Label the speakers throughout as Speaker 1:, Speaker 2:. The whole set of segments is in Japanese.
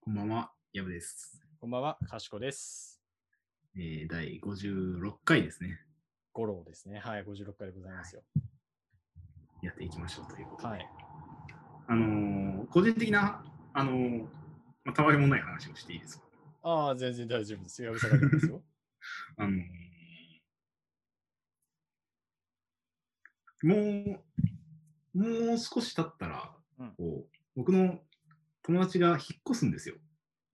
Speaker 1: こんばんは、ヤブです。
Speaker 2: こんばんは、かしこです。
Speaker 1: えー、第56回ですね。
Speaker 2: 五郎ですね。はい、56回でございますよ。
Speaker 1: やっていきましょうということで。
Speaker 2: はい。
Speaker 1: あのー個人的な、あのーまあ、たわりもない話をしていいですか
Speaker 2: ああ、全然大丈夫ですよ。やぶさかいです よ。
Speaker 1: あのーもう、もう少し経ったら、
Speaker 2: うん
Speaker 1: こう僕の友達が引っ越すんですよ。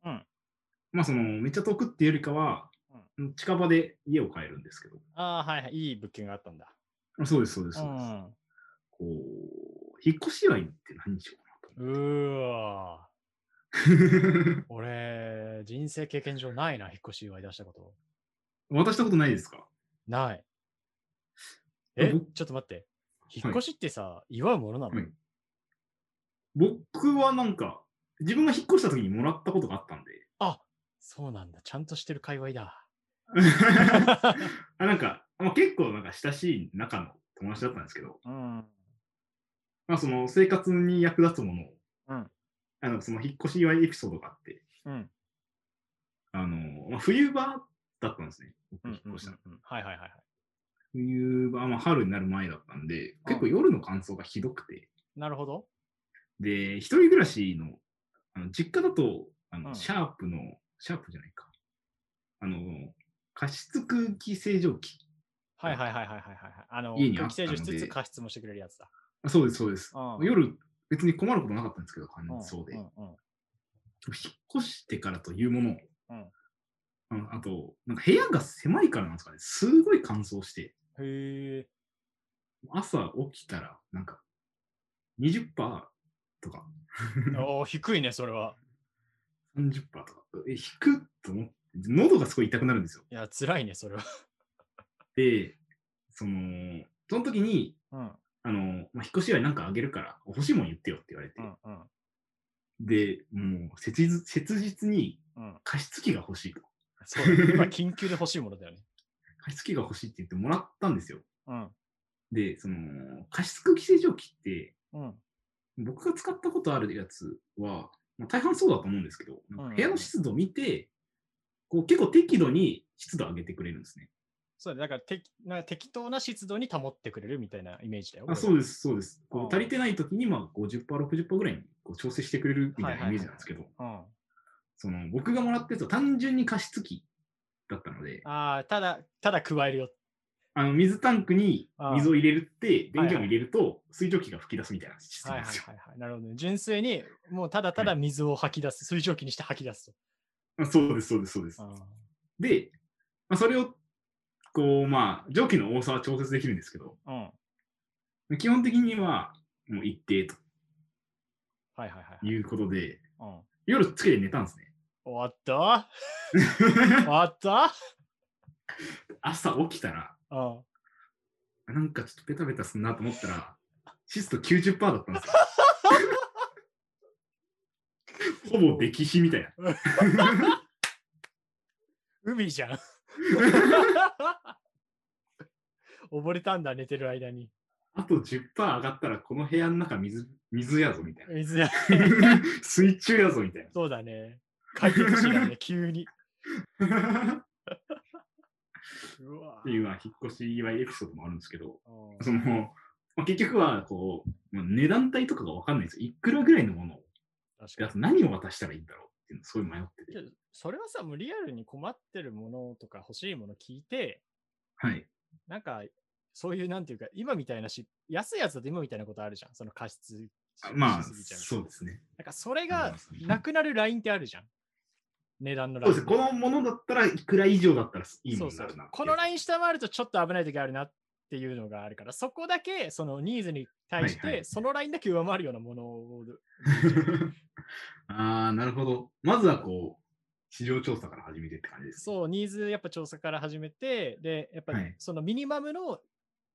Speaker 2: うん
Speaker 1: まあ、その、めっちゃ遠くっていうよりかは、近場で家を買えるんですけど。
Speaker 2: ああ、はいはい。いい物件があったんだ。
Speaker 1: あそうです、そうです、
Speaker 2: う
Speaker 1: そうです。
Speaker 2: ん。う
Speaker 1: こう、引っ越し祝いって何にしようかなと
Speaker 2: ーわ
Speaker 1: 思って。
Speaker 2: ー。俺、人生経験上ないな、引っ越し祝い出したこと。
Speaker 1: 渡したことないですか
Speaker 2: ない。え
Speaker 1: 僕、
Speaker 2: ちょっと待って。
Speaker 1: い
Speaker 2: 引っ越しってさ、祝うものなの、
Speaker 1: はい僕はなんか、自分が引っ越した時にもらったことがあった んで。
Speaker 2: そうなんだ。ちゃんとしてる界隈だ。
Speaker 1: あなんか、まあ、結構なんか親しい仲の友達だったんですけど、
Speaker 2: うん。
Speaker 1: まあ、その生活に役立つものを、
Speaker 2: うん
Speaker 1: あのその引っ越し祝いエピソードがあって、
Speaker 2: うん。
Speaker 1: あのまあ、冬場だったんですね。僕
Speaker 2: うん
Speaker 1: 引っ越したの、
Speaker 2: うんはいはいはいはい。
Speaker 1: 冬場、まあ、春になる前だったんで、
Speaker 2: あ
Speaker 1: 結構夜の乾燥がひどくて、
Speaker 2: なるほど。
Speaker 1: で、一人暮らしの、あの実家だと、あの、
Speaker 2: うん
Speaker 1: シャープの、シャープじゃないか。あの、加湿空気清浄機。
Speaker 2: はいはいはいはいはいはいはい。あの、
Speaker 1: 家にあ
Speaker 2: 空
Speaker 1: っ
Speaker 2: 気
Speaker 1: たので
Speaker 2: 清浄しつつ加湿もしてくれるやつだ。
Speaker 1: あそうです、そうです。
Speaker 2: うん
Speaker 1: 夜、別に困ることなかったんですけど、乾
Speaker 2: うん
Speaker 1: 燥で。
Speaker 2: うんうん
Speaker 1: 引っ越してからというもの、
Speaker 2: うん
Speaker 1: あのあと、なんか部屋が狭いからなんですかね、すごい乾燥して、
Speaker 2: へえ。
Speaker 1: 朝起きたら、なんか、20%とか、
Speaker 2: おー低いね、それは。
Speaker 1: 30%とか、え、引くと思って、喉がすごい痛くなるんですよ。
Speaker 2: いや、辛いね、それは。
Speaker 1: で、その、その時に、
Speaker 2: うん。
Speaker 1: あの、まあ、引っ越し祝いなんかあげるから、欲しいもん言ってよって言われて、
Speaker 2: うんうん。
Speaker 1: で、もう切実、切実に
Speaker 2: うん。
Speaker 1: 加湿器が欲しいと。
Speaker 2: そうだね、今、緊急で欲しいものだよね。
Speaker 1: 加湿器が欲しいって言ってもらったんですよ。
Speaker 2: うん。
Speaker 1: で、その、加湿空気清浄機って、
Speaker 2: うん。
Speaker 1: 僕が使ったことあるやつは、まあ、大半そうだと思うんですけど、なんか部屋の湿度を見て、こう結構適度に湿度上げてくれるんですね。
Speaker 2: そうだね、だからてなんか適当な湿度に保ってくれるみたいなイメージだよ。
Speaker 1: あ
Speaker 2: これは
Speaker 1: そうです、そうです。こ
Speaker 2: あ
Speaker 1: う
Speaker 2: ー
Speaker 1: 足りてない時に、まあ50%、60%ぐらいにこう調整してくれるみたいなイメージなんですけど、
Speaker 2: うん。
Speaker 1: その僕がもらったやつは単純に加湿器だったので、
Speaker 2: ああ、ただ、ただ加えるよ。
Speaker 1: あの水タンクに水を入れるって、
Speaker 2: あ
Speaker 1: 電
Speaker 2: あ
Speaker 1: 源を入れると水蒸気が噴き出すみたいなシステム
Speaker 2: はい
Speaker 1: なん
Speaker 2: は
Speaker 1: で
Speaker 2: い
Speaker 1: すよ。
Speaker 2: はいはい。なるほど、ね。純粋に、もうただただ水を吐き出す、水蒸気にして吐き出す
Speaker 1: あそうです、そうです、そうです
Speaker 2: と。。うん
Speaker 1: で、まあ、それを、こう、まあ、蒸気の多さは調節できるんですけど、
Speaker 2: うん。はい
Speaker 1: 基本的にはもう一定と
Speaker 2: はいはいはい。
Speaker 1: いうことで、
Speaker 2: うん、
Speaker 1: 夜つけて寝たんですね。
Speaker 2: 終わ った終わった
Speaker 1: 朝起きたら、
Speaker 2: うん。
Speaker 1: なんかちょっとベタベタすんなと思ったら、湿度90%だったん ですよ。ほぼ溺死みたいな。
Speaker 2: 海じゃん。 溺れたんだ、寝てる間に。
Speaker 1: あと10%上がったら、この部屋の中水、水やぞみたいな。
Speaker 2: 水や。
Speaker 1: 水中やぞみたい
Speaker 2: そうだね。解決し だね、急に。
Speaker 1: な。っ
Speaker 2: うわ
Speaker 1: ていうのは引っ越し祝いエピソードもあるんですけど、
Speaker 2: うん
Speaker 1: その、まあ、結局は、こう、まあ値段帯とかがわかんないんですよ。いくらぐらいのものを、
Speaker 2: 確
Speaker 1: であ
Speaker 2: か
Speaker 1: と
Speaker 2: に。
Speaker 1: 何を渡したらいいんだろうっていうの、すごい迷って
Speaker 2: け
Speaker 1: て。
Speaker 2: どそれはさ、もうリアルに困ってるものとか欲しいもの聞いて、
Speaker 1: はい。
Speaker 2: なんか、そういう、なんていうか、今みたいなし、安いやつだと今みたいなことあるじゃん。その過失
Speaker 1: あまあ、
Speaker 2: しすぎちゃう
Speaker 1: そうですね。
Speaker 2: なんか、それ
Speaker 1: あり
Speaker 2: が
Speaker 1: ますね
Speaker 2: なくなるラインってあるじゃん。値段の
Speaker 1: そ
Speaker 2: ラ
Speaker 1: う
Speaker 2: イ
Speaker 1: で
Speaker 2: ン。
Speaker 1: すね。このものだったらいくら以上だったらいいも
Speaker 2: そ
Speaker 1: の
Speaker 2: う
Speaker 1: に
Speaker 2: そ
Speaker 1: な
Speaker 2: う
Speaker 1: るなってい
Speaker 2: このライン下回るとちょっと危ない時あるなっていうのがあるから、そこだけそのニーズに対し
Speaker 1: はいは
Speaker 2: て、そのラインだけ上回るようなものを。
Speaker 1: ああ、なるほど。まずはこう、市場調査から始めてって感じです。
Speaker 2: そう、ニーズやっぱ調査から始めて、で、やっぱ
Speaker 1: はい
Speaker 2: そのミニマムの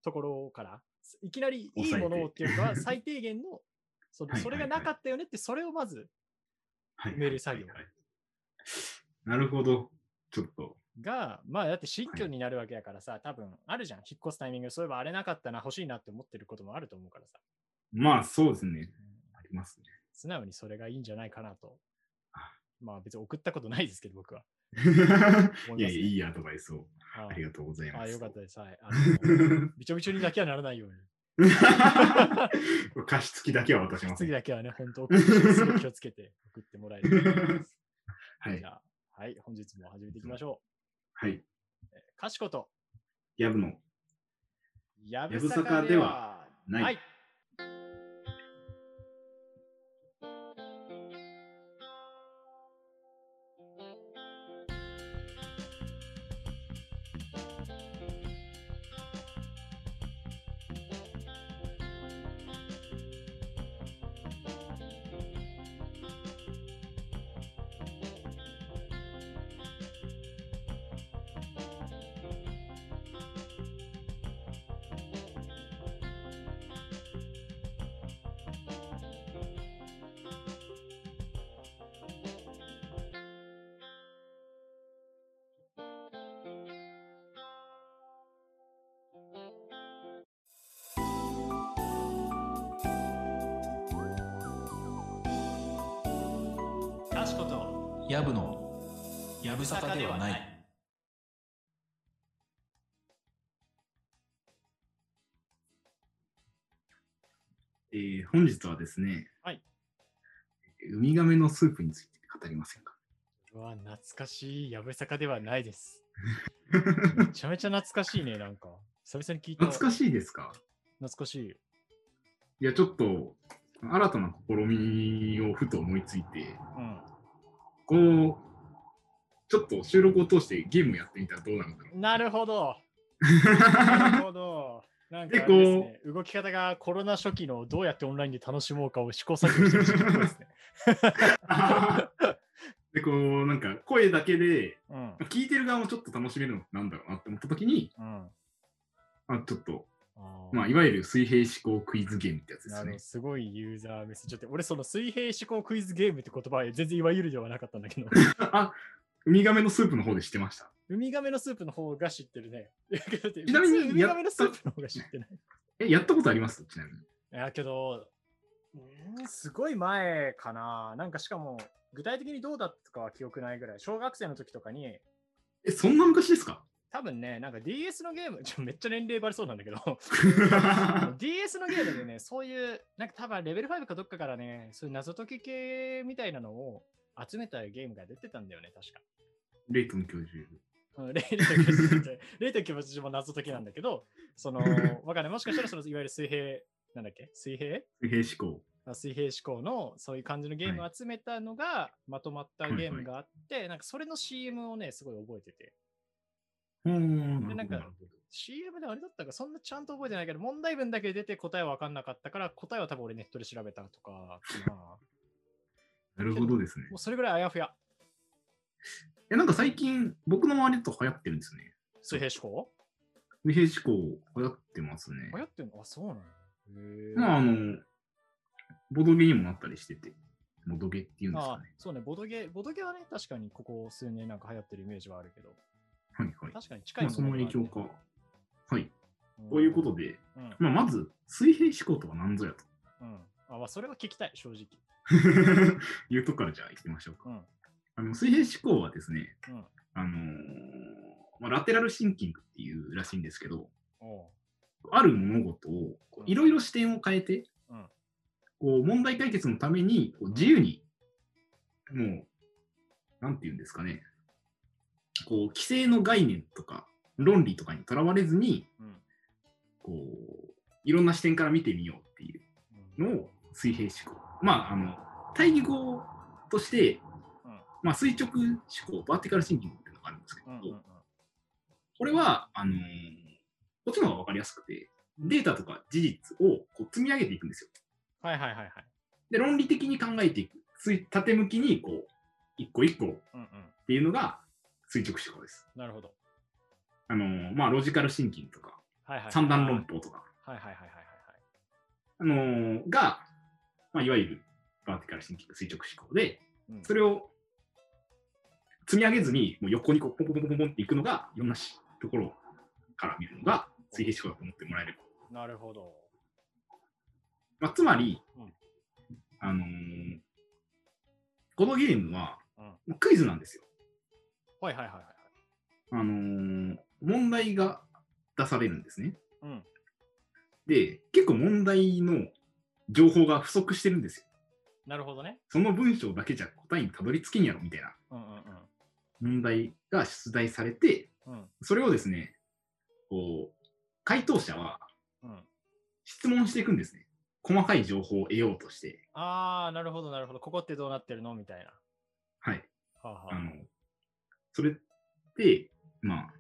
Speaker 2: ところから、いきなりいい
Speaker 1: 抑えて
Speaker 2: ものをっていうか、最低限の、その
Speaker 1: はいはいはい
Speaker 2: それがなかったよねって、それをまず
Speaker 1: はい
Speaker 2: 埋める作業
Speaker 1: はいはいはいなるほど。ちょっと。
Speaker 2: が、まあだって新居になるわけやからさ、多分あるじゃん、引っ越すタイミング、そういえばあれなかったな、欲しいなって思ってることもあると思うからさ、
Speaker 1: まあ、そうですね。ありますね。
Speaker 2: 素直にそれがいいんじゃないかなとまあ別に送ったことないですけど、僕は。
Speaker 1: いやいや、いいアドバイスを
Speaker 2: あ
Speaker 1: ありがとうござい
Speaker 2: あ
Speaker 1: ま
Speaker 2: あ
Speaker 1: す。
Speaker 2: よ かったです。はい。あのびちょびちょにだけはならないように。
Speaker 1: 加湿器だけは渡しませ
Speaker 2: 次
Speaker 1: ん。
Speaker 2: だけはね、本当、送ってすごい気をつけて送ってもらえると思います。
Speaker 1: は
Speaker 2: じ
Speaker 1: い。
Speaker 2: ゃあ、はい、本日も始めていきましょ
Speaker 1: はい。
Speaker 2: う。かしこと、
Speaker 1: やぶの
Speaker 2: や
Speaker 1: ぶさかではない。
Speaker 2: はい。かしこと、
Speaker 3: やぶのやぶさかではない。
Speaker 1: えー本日はですね、
Speaker 2: はい
Speaker 1: ウミガメのスープについて語りませんか
Speaker 2: うわ、懐かしい、やぶさかではない です。めちゃめちゃ懐かしいね、なんか。久々に聞いた。
Speaker 1: 懐かしいですか
Speaker 2: 懐かしい。
Speaker 1: いや、ちょっと新たな試みをふと思いついて、
Speaker 2: う
Speaker 1: このちょっと収録を通してゲームやってみたらどうなのか
Speaker 2: ん。なるほど。なる
Speaker 1: な。
Speaker 2: ほど。なん
Speaker 1: で
Speaker 2: かあれです、ね、動き方がコロナ初期のどうやってオンラインで楽しもうかを試行錯誤してる人っぽ いですね。
Speaker 1: で、こう、なんか声だけで、
Speaker 2: うん。
Speaker 1: 聞いてる側もちょっと楽しめるのなんだろうなって思った時に、
Speaker 2: うん。
Speaker 1: あちょっと、
Speaker 2: あー
Speaker 1: まあ、いわゆる水平思考クイズゲームってやつで
Speaker 2: な
Speaker 1: す
Speaker 2: るほ
Speaker 1: ね
Speaker 2: ど。すごいユーザーメッセージって、俺その水平思考クイズゲームって言葉は全然いわゆるではなかったんだけど、
Speaker 1: あ、ウミガメのスープの方で知ってました。
Speaker 2: ウミガメのスープの方が知って るね。いやだって
Speaker 1: ちなみに
Speaker 2: 普通ウミガメのスープの方が知ってない。
Speaker 1: え、やったことありますちなみに。
Speaker 2: いやけど、うーんすごい前かな。なんかしかも、具体的にどうだったかは記憶ないぐらい、小学生の時とかに、
Speaker 1: え、そんな昔です か
Speaker 2: 多分ね、なんか DS のゲーム、 ちょめっちゃ年齢バレそうなんだけど、DS のゲームでね、そういう、なんか多分レベル5かどっかからね、そういう謎解き系みたいなのを集めたゲームが出てたんだよね、確か。
Speaker 1: レイトン教授。
Speaker 2: うんレイレイと気持ちでレイと気持ちも謎解きなんだけど、その、わかんない。もしかしたら、その、いわゆる水平、なんだっけ水平
Speaker 1: 水平思考。
Speaker 2: あ水平思考のそういう感じのゲームを集めたのがまとまったゲームがあって、なんかそれの CM をね、すごい覚えてて。
Speaker 1: ほー
Speaker 2: でなんか
Speaker 1: なるほど
Speaker 2: CM であれだったか、そんなちゃんと覚えてないけど、問題文だけ出て答えは分かんなかったから、答えは多分俺ネットで調べたとかかな、
Speaker 1: なるほどですね。
Speaker 2: もうそれぐらいあやふや、
Speaker 1: え、なんか最近、僕の周りだと流行ってるんですよね。
Speaker 2: 水平思考
Speaker 1: 水平思考流行ってますね。
Speaker 2: 流行ってんのあ、そうなのへー
Speaker 1: まあ、あの、ボドゲにもなったりしてて、ボドゲっていうんです
Speaker 2: あ
Speaker 1: か
Speaker 2: あ
Speaker 1: ね。
Speaker 2: そうね、ボドゲ、ボドゲはね、確かにここ数年なんか流行ってるイメージはあるけど、
Speaker 1: はいはい。
Speaker 2: 確かに近い
Speaker 1: まあ、その
Speaker 2: もがあ
Speaker 1: 影
Speaker 2: る
Speaker 1: 響
Speaker 2: ね
Speaker 1: か。はい。
Speaker 2: ん
Speaker 1: ということで、
Speaker 2: うん、
Speaker 1: まあ、まず、水平思考とは何ぞやと
Speaker 2: うん。あ、まあ、それは聞きたい、正直。
Speaker 1: いうとこからじゃあ行きましょうか。
Speaker 2: うん。
Speaker 1: あの水平思考はですね、
Speaker 2: うん
Speaker 1: あのーまあ、ラテラルシンキングっていうらしいんですけど、
Speaker 2: おう
Speaker 1: ある物事をこういろいろ視点を変えて、
Speaker 2: うん
Speaker 1: こう問題解決のためにこう自由に、もう、なんていうんですかね、こう規制の概念とか論理とかにとらわれずに、
Speaker 2: うん。
Speaker 1: こういろんな視点から見てみようっていう
Speaker 2: うん
Speaker 1: のを水平思考。まあ、あの、対義語として、
Speaker 2: うん
Speaker 1: まあ、垂直思考、バーティカルシンキングっていうのがあるんですけど、
Speaker 2: うんうんうん
Speaker 1: これは、あのーこっちの方が分かりやすくて、データとか事実をこう積み上げていくんですよ。
Speaker 2: はいはいはいはい。
Speaker 1: で、論理的に考えていく。つい縦向きに、こう、一個一個っ
Speaker 2: うんうん。
Speaker 1: ていうのが垂直思考です。
Speaker 2: なるほど。
Speaker 1: あのーまあ、ロジカルシンキングとか、
Speaker 2: はいはい。
Speaker 1: 三段論。法とか、
Speaker 2: はいはいはいはいはいはい。
Speaker 1: あのーが、まあ、いわゆるバーティカルシンキング、垂直思考で、
Speaker 2: うん
Speaker 1: それを積み上げずに、もう横にこうポンポンポンポンポンっていくのが、いろんなしところから見るのが、水平思考だと思ってもらえれば。
Speaker 2: なるほど。
Speaker 1: まあ、つまり、
Speaker 2: うん
Speaker 1: あのーこのゲームは、
Speaker 2: うん
Speaker 1: クイズなんですよ。
Speaker 2: はいはいはいはい。
Speaker 1: あのー問題が出されるんですね。
Speaker 2: うん。
Speaker 1: で、結構問題の情報が不足してるんですよ。
Speaker 2: なるほどね。
Speaker 1: その文章だけじゃ答えにたどり着けんやろみたいな
Speaker 2: うんうん
Speaker 1: 問題が出題されて、
Speaker 2: うん。うん
Speaker 1: それをですね、こう、回答者は
Speaker 2: うん。
Speaker 1: 質問していくんですね。細かい情報を得ようとして。
Speaker 2: ああ、なるほどなるほど。ここってどうなってるのみたいな。
Speaker 1: はい。
Speaker 2: はあは
Speaker 1: あの、それって、まあ、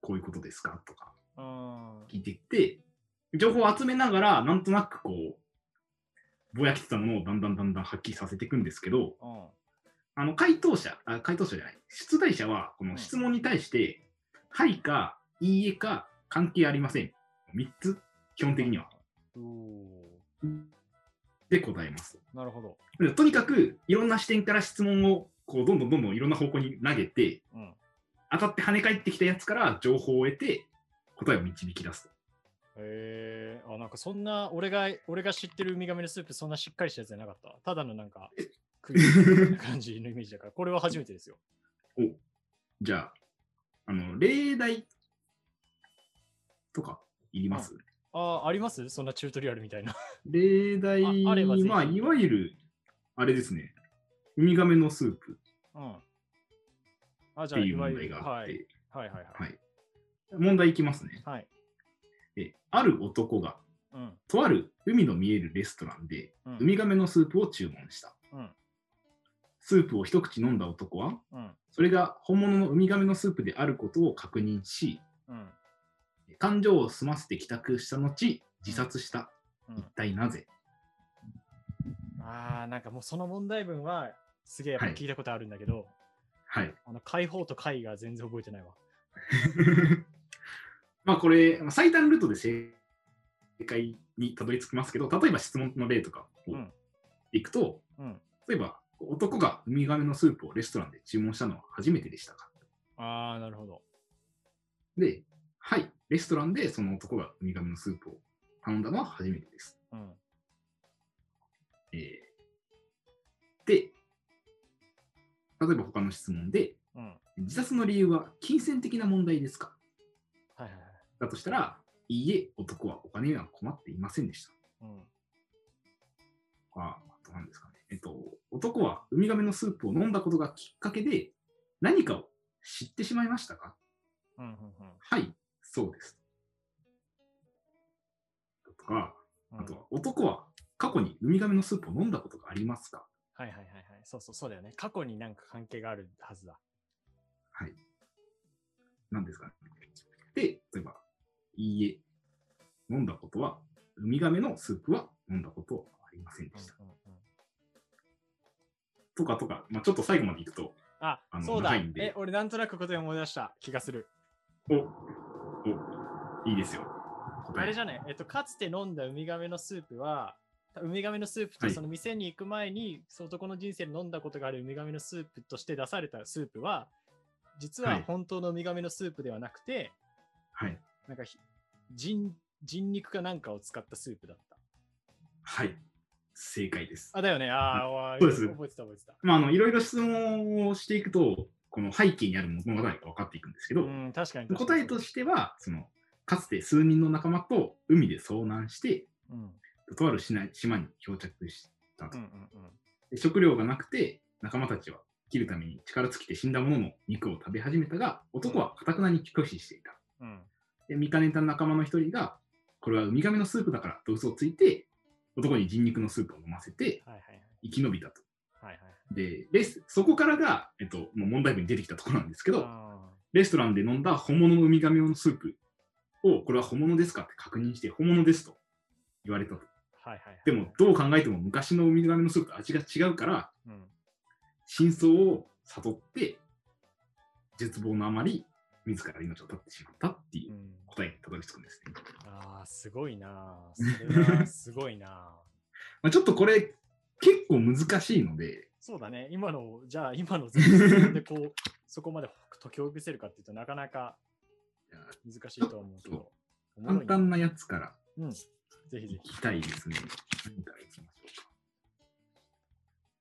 Speaker 1: こういうことですかとか
Speaker 2: あ、うん。
Speaker 1: 聞いていって、情報を集めながら、なんとなくこう、ぼやけてたものをだんだんだんだんはっきりさせていくんですけど、
Speaker 2: うん。
Speaker 1: あの、回答者、あ回答者じゃない、出題者は、この質問に対して、はいか、いいえか、関係ありません。3つ、基本的には。
Speaker 2: おお
Speaker 1: で答えます。
Speaker 2: ー。なるほど。
Speaker 1: でとにかく、いろんな視点から質問を、こう、どんどんどんどんいろんな方向に投げて、
Speaker 2: うん。
Speaker 1: 当たって跳ね返ってきたやつから情報を得て、答えを導き出すと。
Speaker 2: へえー、あ、なんかそんな、俺が、俺が知ってるウミガメのスープ、そんなしっかりしたやつじゃなかった。ただのなんか、クイズみたいな感じのイメージだから、これは初めてですよ。
Speaker 1: じゃあ、あの、例題とか、いります
Speaker 2: ああ、ありますそんなチュートリアルみたいな。
Speaker 1: 例題
Speaker 2: ああればぜひ
Speaker 1: まあ、いわゆる、あれですね、ウミガメのスープ
Speaker 2: うん。あ、じ
Speaker 1: って
Speaker 2: ゃあ、
Speaker 1: い
Speaker 2: いうわ
Speaker 1: 問題
Speaker 2: ゆる、
Speaker 1: があ
Speaker 2: は
Speaker 1: っ
Speaker 2: い、
Speaker 1: て、
Speaker 2: はいはいはい。
Speaker 1: はい。問題いきますね。
Speaker 2: はい。
Speaker 1: えある男が、
Speaker 2: うん。
Speaker 1: とある海の見えるレストランで、
Speaker 2: うん。
Speaker 1: ウミガメのスープを注文した。
Speaker 2: うん。
Speaker 1: スープを一口飲んだ男は、
Speaker 2: うん。
Speaker 1: それが本物のウミガメのスープであることを確認し、
Speaker 2: うん。
Speaker 1: 感情を済ませて帰宅した後、自殺した。
Speaker 2: うん
Speaker 1: 一体なぜ
Speaker 2: ああ、なんかもうその問題文は、すげえやっぱ
Speaker 1: はい
Speaker 2: 聞いたことあるんだけど、
Speaker 1: はい。
Speaker 2: あの、解放と解が全然覚えてないわ。
Speaker 1: まあこれ、まあ最短ルートで正解にたどり着きますけど、例えば質問の例とかを
Speaker 2: うん
Speaker 1: いくと、
Speaker 2: うん。
Speaker 1: 例えば男がウミガメのスープをレストランで注文したのは初めてでしたか
Speaker 2: ああ、なるほど。
Speaker 1: で、はい、レストランでその男がウミガメのスープを頼んだのは初めてです。
Speaker 2: うん。
Speaker 1: えーで、例えば他の質問で、
Speaker 2: うん。はい
Speaker 1: 自殺の理由は金銭的な問題ですか
Speaker 2: はいはい。
Speaker 1: だとしたら、いいえ、男はお金には困っていませんでした。
Speaker 2: うん。
Speaker 1: ああと何ですかね。えっと、男はウミガメのスープを飲んだことがきっかけで、何かを知ってしまいましたか
Speaker 2: うん。うんうん。
Speaker 1: はい、そうです。とか、
Speaker 2: うん
Speaker 1: あとは、男は過去にウミガメのスープを飲んだことがありますか
Speaker 2: はいはいはいはい。そうそう、そうだよね。過去になんか関係があるはずだ。
Speaker 1: はい。何ですかね。で、例えば、いいえ、飲んだことは、ウミガメのスープは飲んだことはありませんでした。
Speaker 2: うんうんうん
Speaker 1: とかとか、まあ、ちょっと最後までいくと、
Speaker 2: あ
Speaker 1: あ、の
Speaker 2: そうだ
Speaker 1: 長いん。で
Speaker 2: え、俺なんとなく答え思い出した気がする。
Speaker 1: お、お、いいですよ。
Speaker 2: あ
Speaker 1: 答
Speaker 2: れ
Speaker 1: え
Speaker 2: じ。ゃないえっと、かつて飲んだウミガメのスープは、ウミガメのスープと
Speaker 1: はい
Speaker 2: その店に行く前に、その男の人生で飲んだことがあるウミガメのスープとして出されたスープは、実
Speaker 1: は
Speaker 2: はい本当のウミガメのスープではなくて、
Speaker 1: はい。
Speaker 2: なんかひ人人肉かなんかを使ったスープだった。
Speaker 1: はい。正解です。
Speaker 2: あ、だよね。ああ、わあ
Speaker 1: そうです
Speaker 2: 覚えてた覚えてた。
Speaker 1: まあ、あの、いろいろ質問をしていくと、この背景にある物語が分かっていくんですけど、
Speaker 2: うん、確かに確か
Speaker 1: 答
Speaker 2: に
Speaker 1: えとしては、その、かつて数人の仲間と海で遭難して、
Speaker 2: うん、
Speaker 1: とある島に島に漂着した
Speaker 2: う
Speaker 1: と
Speaker 2: ん、う、ん、うん。
Speaker 1: で食料がなくて、仲間たちは生きるために力尽きて死んだものの肉を食べ始めたが、男はかたくなに拒否していた。
Speaker 2: うん、
Speaker 1: で見かねた仲間の一人が、これはウミガメのスープだからと嘘をついて、男に人肉のスープを飲ませて
Speaker 2: はいはいはい。
Speaker 1: 生き延びたと。
Speaker 2: はいはい。
Speaker 1: で、レスそこからが、えっと、もう問題文に出てきたところなんですけど、
Speaker 2: あ
Speaker 1: レストランで飲んだ本物のウミガメのスープを、これは本物ですかって確認して、本物ですと言われたと。
Speaker 2: ーはいはいはい。
Speaker 1: でも、、どう考えても昔のウミガメのスープと味が違うから、
Speaker 2: うん、、
Speaker 1: 真相を悟って、絶望のあまり、自ら命を絶ってしまったっていううん答えにたどり着くんですね。
Speaker 2: ああ、すごいなー。それはすごいなー。
Speaker 1: まあ、ちょっとこれ、結構難しいので、
Speaker 2: そうだね。今の、じゃあ今の全然で こう、そこまで解きほぐせるかっていうとなかなか難しいとは思うけど。おもろ
Speaker 1: 簡
Speaker 2: いな
Speaker 1: 単なやつから
Speaker 2: うん。ぜひぜ
Speaker 1: い
Speaker 2: ひ。
Speaker 1: きたいですね。何からいきましょうか。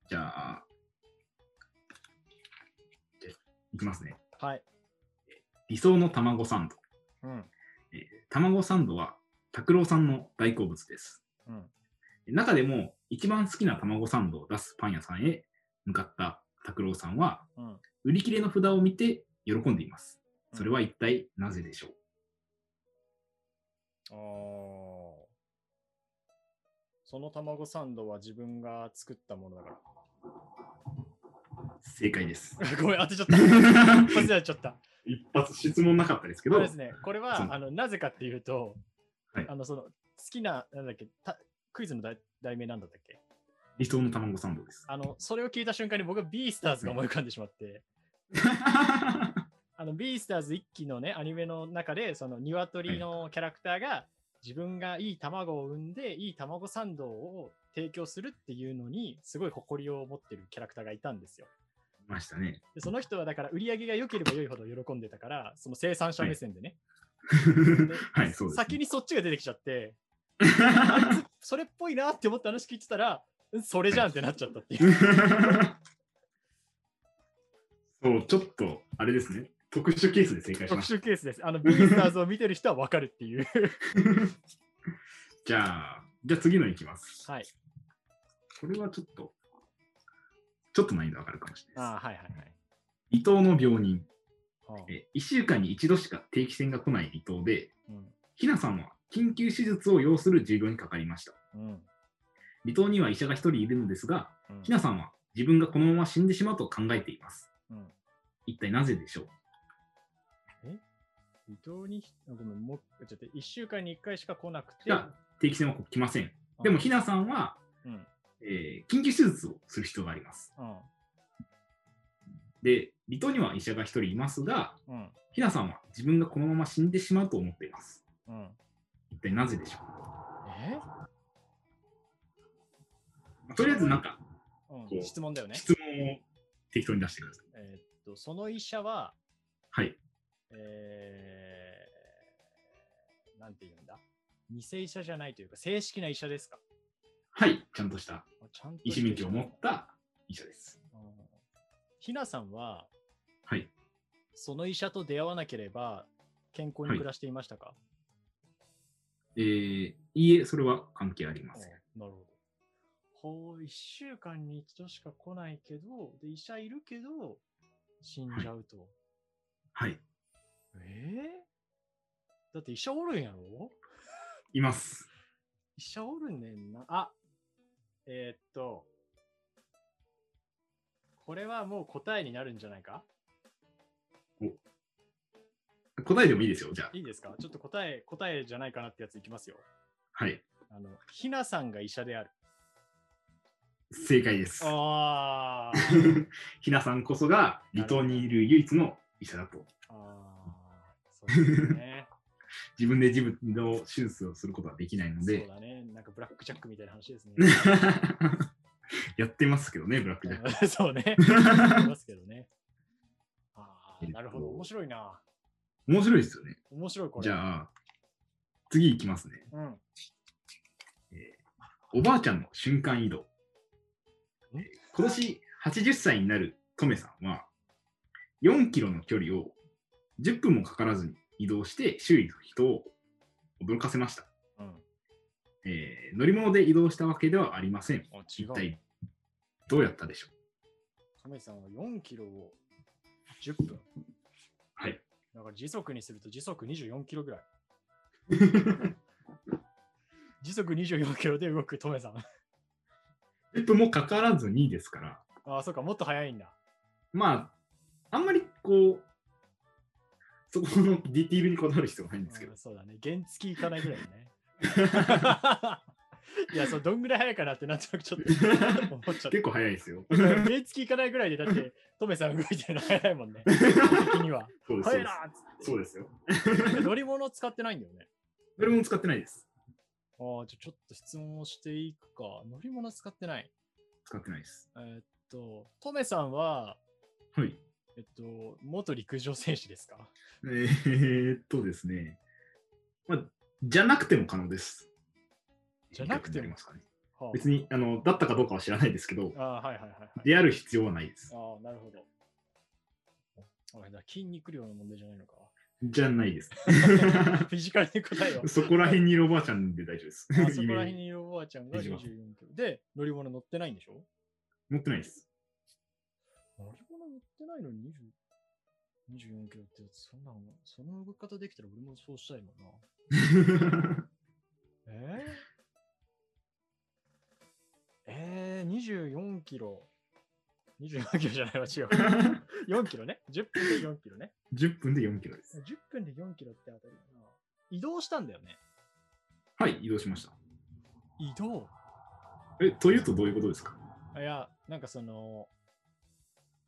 Speaker 1: じゃあ、いきますね。
Speaker 2: はい。
Speaker 1: 理想の卵サンド。
Speaker 2: うん。
Speaker 1: 卵サンドは拓郎さんの大好物です。
Speaker 2: うん。
Speaker 1: 中でも一番好きな卵サンドを出すパン屋さんへ向かった拓郎さんは、
Speaker 2: うん
Speaker 1: 売り切れの札を見て喜んでいます。それは一体なぜでしょう、
Speaker 2: あーその卵サンドは自分が作ったものだか
Speaker 1: 正解です。
Speaker 2: ら。 ごめん、当てち ゃった。一発で当てちゃった。
Speaker 1: 一発質問なかったですけ
Speaker 2: そ
Speaker 1: ど、
Speaker 2: うですね。これ
Speaker 1: そ
Speaker 2: は、
Speaker 1: の
Speaker 2: あの、なぜかっていうと、
Speaker 1: はい
Speaker 2: あの、その、好きな、なんだっけ、たクイズの題題名なんだったっけ
Speaker 1: 理想の卵サンドです。
Speaker 2: あの、それを聞いた瞬間に僕はビースターズが思い浮かんでしまって、あの、ビースターズ一期のね、アニメの中で、その、鶏のキャラクターが、自分がいい卵を産んで、いい卵サンドを提供するっていうのに、すごい誇りを持ってるキャラクターがいたんですよ。
Speaker 1: い ました ね。
Speaker 2: でその人はだから売り上げが良ければ良いほど喜んでたから、その生産者目線でね、
Speaker 1: はい、そうです、
Speaker 2: 先にそっちが出てきちゃって、それっぽいなって思って話聞いてたら、んそれじゃんってなっちゃったっていう。
Speaker 1: そう、ちょっと、あれですね。特殊ケースで正解し
Speaker 2: 特
Speaker 1: まし
Speaker 2: 殊ケースです。あの、ビースターズを見てる人はわかるっていう。
Speaker 1: た。じゃあ、じゃあ次のいきます。
Speaker 2: はい。
Speaker 1: これはちょっと、ちょっと難易度上がるかもしれない
Speaker 2: あ
Speaker 1: で
Speaker 2: あ、はいはい
Speaker 1: す。離島の病人。
Speaker 2: はい。はあ
Speaker 1: え1週間に1度しか定期船が来ない離島で、
Speaker 2: うん
Speaker 1: ひなさんは緊急手術を要する重病にかかりました。
Speaker 2: うん
Speaker 1: 離島には医者が1人いるのですが、
Speaker 2: うん
Speaker 1: ひなさんは自分がこのまま死んでしまうと考えています。
Speaker 2: うん
Speaker 1: 一体なぜでしょう
Speaker 2: 離島に、あごめん、もう、ちょっと1週間に1回しか来なくて。
Speaker 1: いや定期船はここ来ません。でも、ひなさんは、
Speaker 2: うん、
Speaker 1: えー緊急手術をする必要があります。
Speaker 2: うん、
Speaker 1: で、離島には医者が1人いますが、
Speaker 2: うん、
Speaker 1: ひなさんは自分がこのまま死んでしまうと思っています。
Speaker 2: うん。
Speaker 1: 一体なぜでしょ
Speaker 2: え
Speaker 1: うとりあえずなんか
Speaker 2: うん、質問だよね。
Speaker 1: 質問を適当に出してください。
Speaker 2: えーっと、その医者は、
Speaker 1: はい。
Speaker 2: えー、なんて言うんだ偽医者じゃないというか、正式な医者ですか
Speaker 1: はい、ちゃんとした
Speaker 2: あちゃんと
Speaker 1: 医
Speaker 2: し
Speaker 1: 師
Speaker 2: てる
Speaker 1: 免許を持った医者です。
Speaker 2: うんひなさんは、
Speaker 1: はい。
Speaker 2: その医者と出会わなければ、健康に暮らしていましたか、
Speaker 1: えー、いいえ、それは関係ありません。
Speaker 2: おなるほど。ほう、1週間に一度しか来ないけど、で、医者いるけど、死んじゃうと。
Speaker 1: はい、
Speaker 2: えーだって医者おるんやろ
Speaker 1: います。
Speaker 2: 医者おるねんな。あえーっと、これはもう答えになるんじゃないか
Speaker 1: 答えでもいいですよ、じゃあ。
Speaker 2: いいですかちょっと答え、答えじゃないかなってやついきますよ。
Speaker 1: はい、
Speaker 2: あの、ひなさんが医者である。
Speaker 1: 正解です。
Speaker 2: あ
Speaker 1: ひなさんこそが離島にいる唯一の医者だと。
Speaker 2: あー。そうですね。
Speaker 1: 自分で自分の手術をすることはできないの
Speaker 2: そ
Speaker 1: で
Speaker 2: う、だね。なんかブラックジャックみたいな話ですね。
Speaker 1: やってますけどね、ブラックジャック。
Speaker 2: うんそ うね。ありますけどね。ああ、なるほど。面白いな。
Speaker 1: 面白いですよね。
Speaker 2: 面白いこれ。
Speaker 1: じゃあ、次いきますね。
Speaker 2: うん。
Speaker 1: おばあちゃんの瞬間移動。
Speaker 2: ん
Speaker 1: えー今年80歳になるトメさんは、4キロの距離を10分もかからずに移動して周囲の人を驚かせました。
Speaker 2: うん。
Speaker 1: えー乗り物で移動したわけではありません。
Speaker 2: あ、違
Speaker 1: 一
Speaker 2: う。
Speaker 1: 体どうやったでしょう
Speaker 2: 亀井さんは4キロを10分。
Speaker 1: はい。
Speaker 2: だから時速にすると時速24キロぐらい。 時速24キロで動くトメさん。
Speaker 1: 10分もかからずにですから、
Speaker 2: ああ、そうか、もっと早いんだ。
Speaker 1: まあ、あんまりこう、そこのディティールにこだわる必要はないんですけど
Speaker 2: うん、そうだね。原付行かないぐらいだね。 いや、そう、どんぐらい早いかなってなんとなくちょっ と思っちゃった
Speaker 1: 結構早いです よ。。
Speaker 2: 原付行かないぐらいで、だって、トメさん動いてるの早いも んね。的には。
Speaker 1: そうです
Speaker 2: 早
Speaker 1: よ
Speaker 2: いなーっつって。
Speaker 1: そうですよ。
Speaker 2: 乗り物使ってないんだよね。
Speaker 1: どれも使ってないです。
Speaker 2: ああ、じゃあちょっと質問をしていくか。乗り物使ってない。
Speaker 1: 使ってないです。
Speaker 2: えーっと、トメさんは、
Speaker 1: はい。
Speaker 2: えっと、元陸上選手ですか
Speaker 1: えー、っとですね、まあ、じゃなくても可能です。
Speaker 2: じゃなくても
Speaker 1: いいことにりますかね。
Speaker 2: は
Speaker 1: 別にあの、だったかどうかは知らないですけど、
Speaker 2: あ、ああはいはいはい、はい。
Speaker 1: である必要はないです。
Speaker 2: ああ、なるほど。あれだ、筋肉量の問題じゃないのか。
Speaker 1: じゃないです。
Speaker 2: フィジカルに答 えよう。
Speaker 1: そこら辺にいるおばあちゃんで大丈夫です。
Speaker 2: あそこ
Speaker 1: イメ
Speaker 2: ら
Speaker 1: ー
Speaker 2: 辺
Speaker 1: ジ
Speaker 2: にいるおばあちゃんが
Speaker 1: イメ
Speaker 2: 24
Speaker 1: ージ
Speaker 2: キロ。で、乗り物乗ってないんでしょ
Speaker 1: 持ってないです。
Speaker 2: 乗り物乗ってないのに20 24キロって、そんなの、その動き方できたら俺もそうしたいもんな。えー、えー、24キロ。24キロじゃないわ、違う。4キロ ね。10分で4キロね。
Speaker 1: 10分で4キロです。
Speaker 2: 10分で4キロってあたりだな。移動したんだよね。
Speaker 1: はい、移動しました。
Speaker 2: 移動
Speaker 1: え、というとどういうことですか
Speaker 2: いや、なんかその、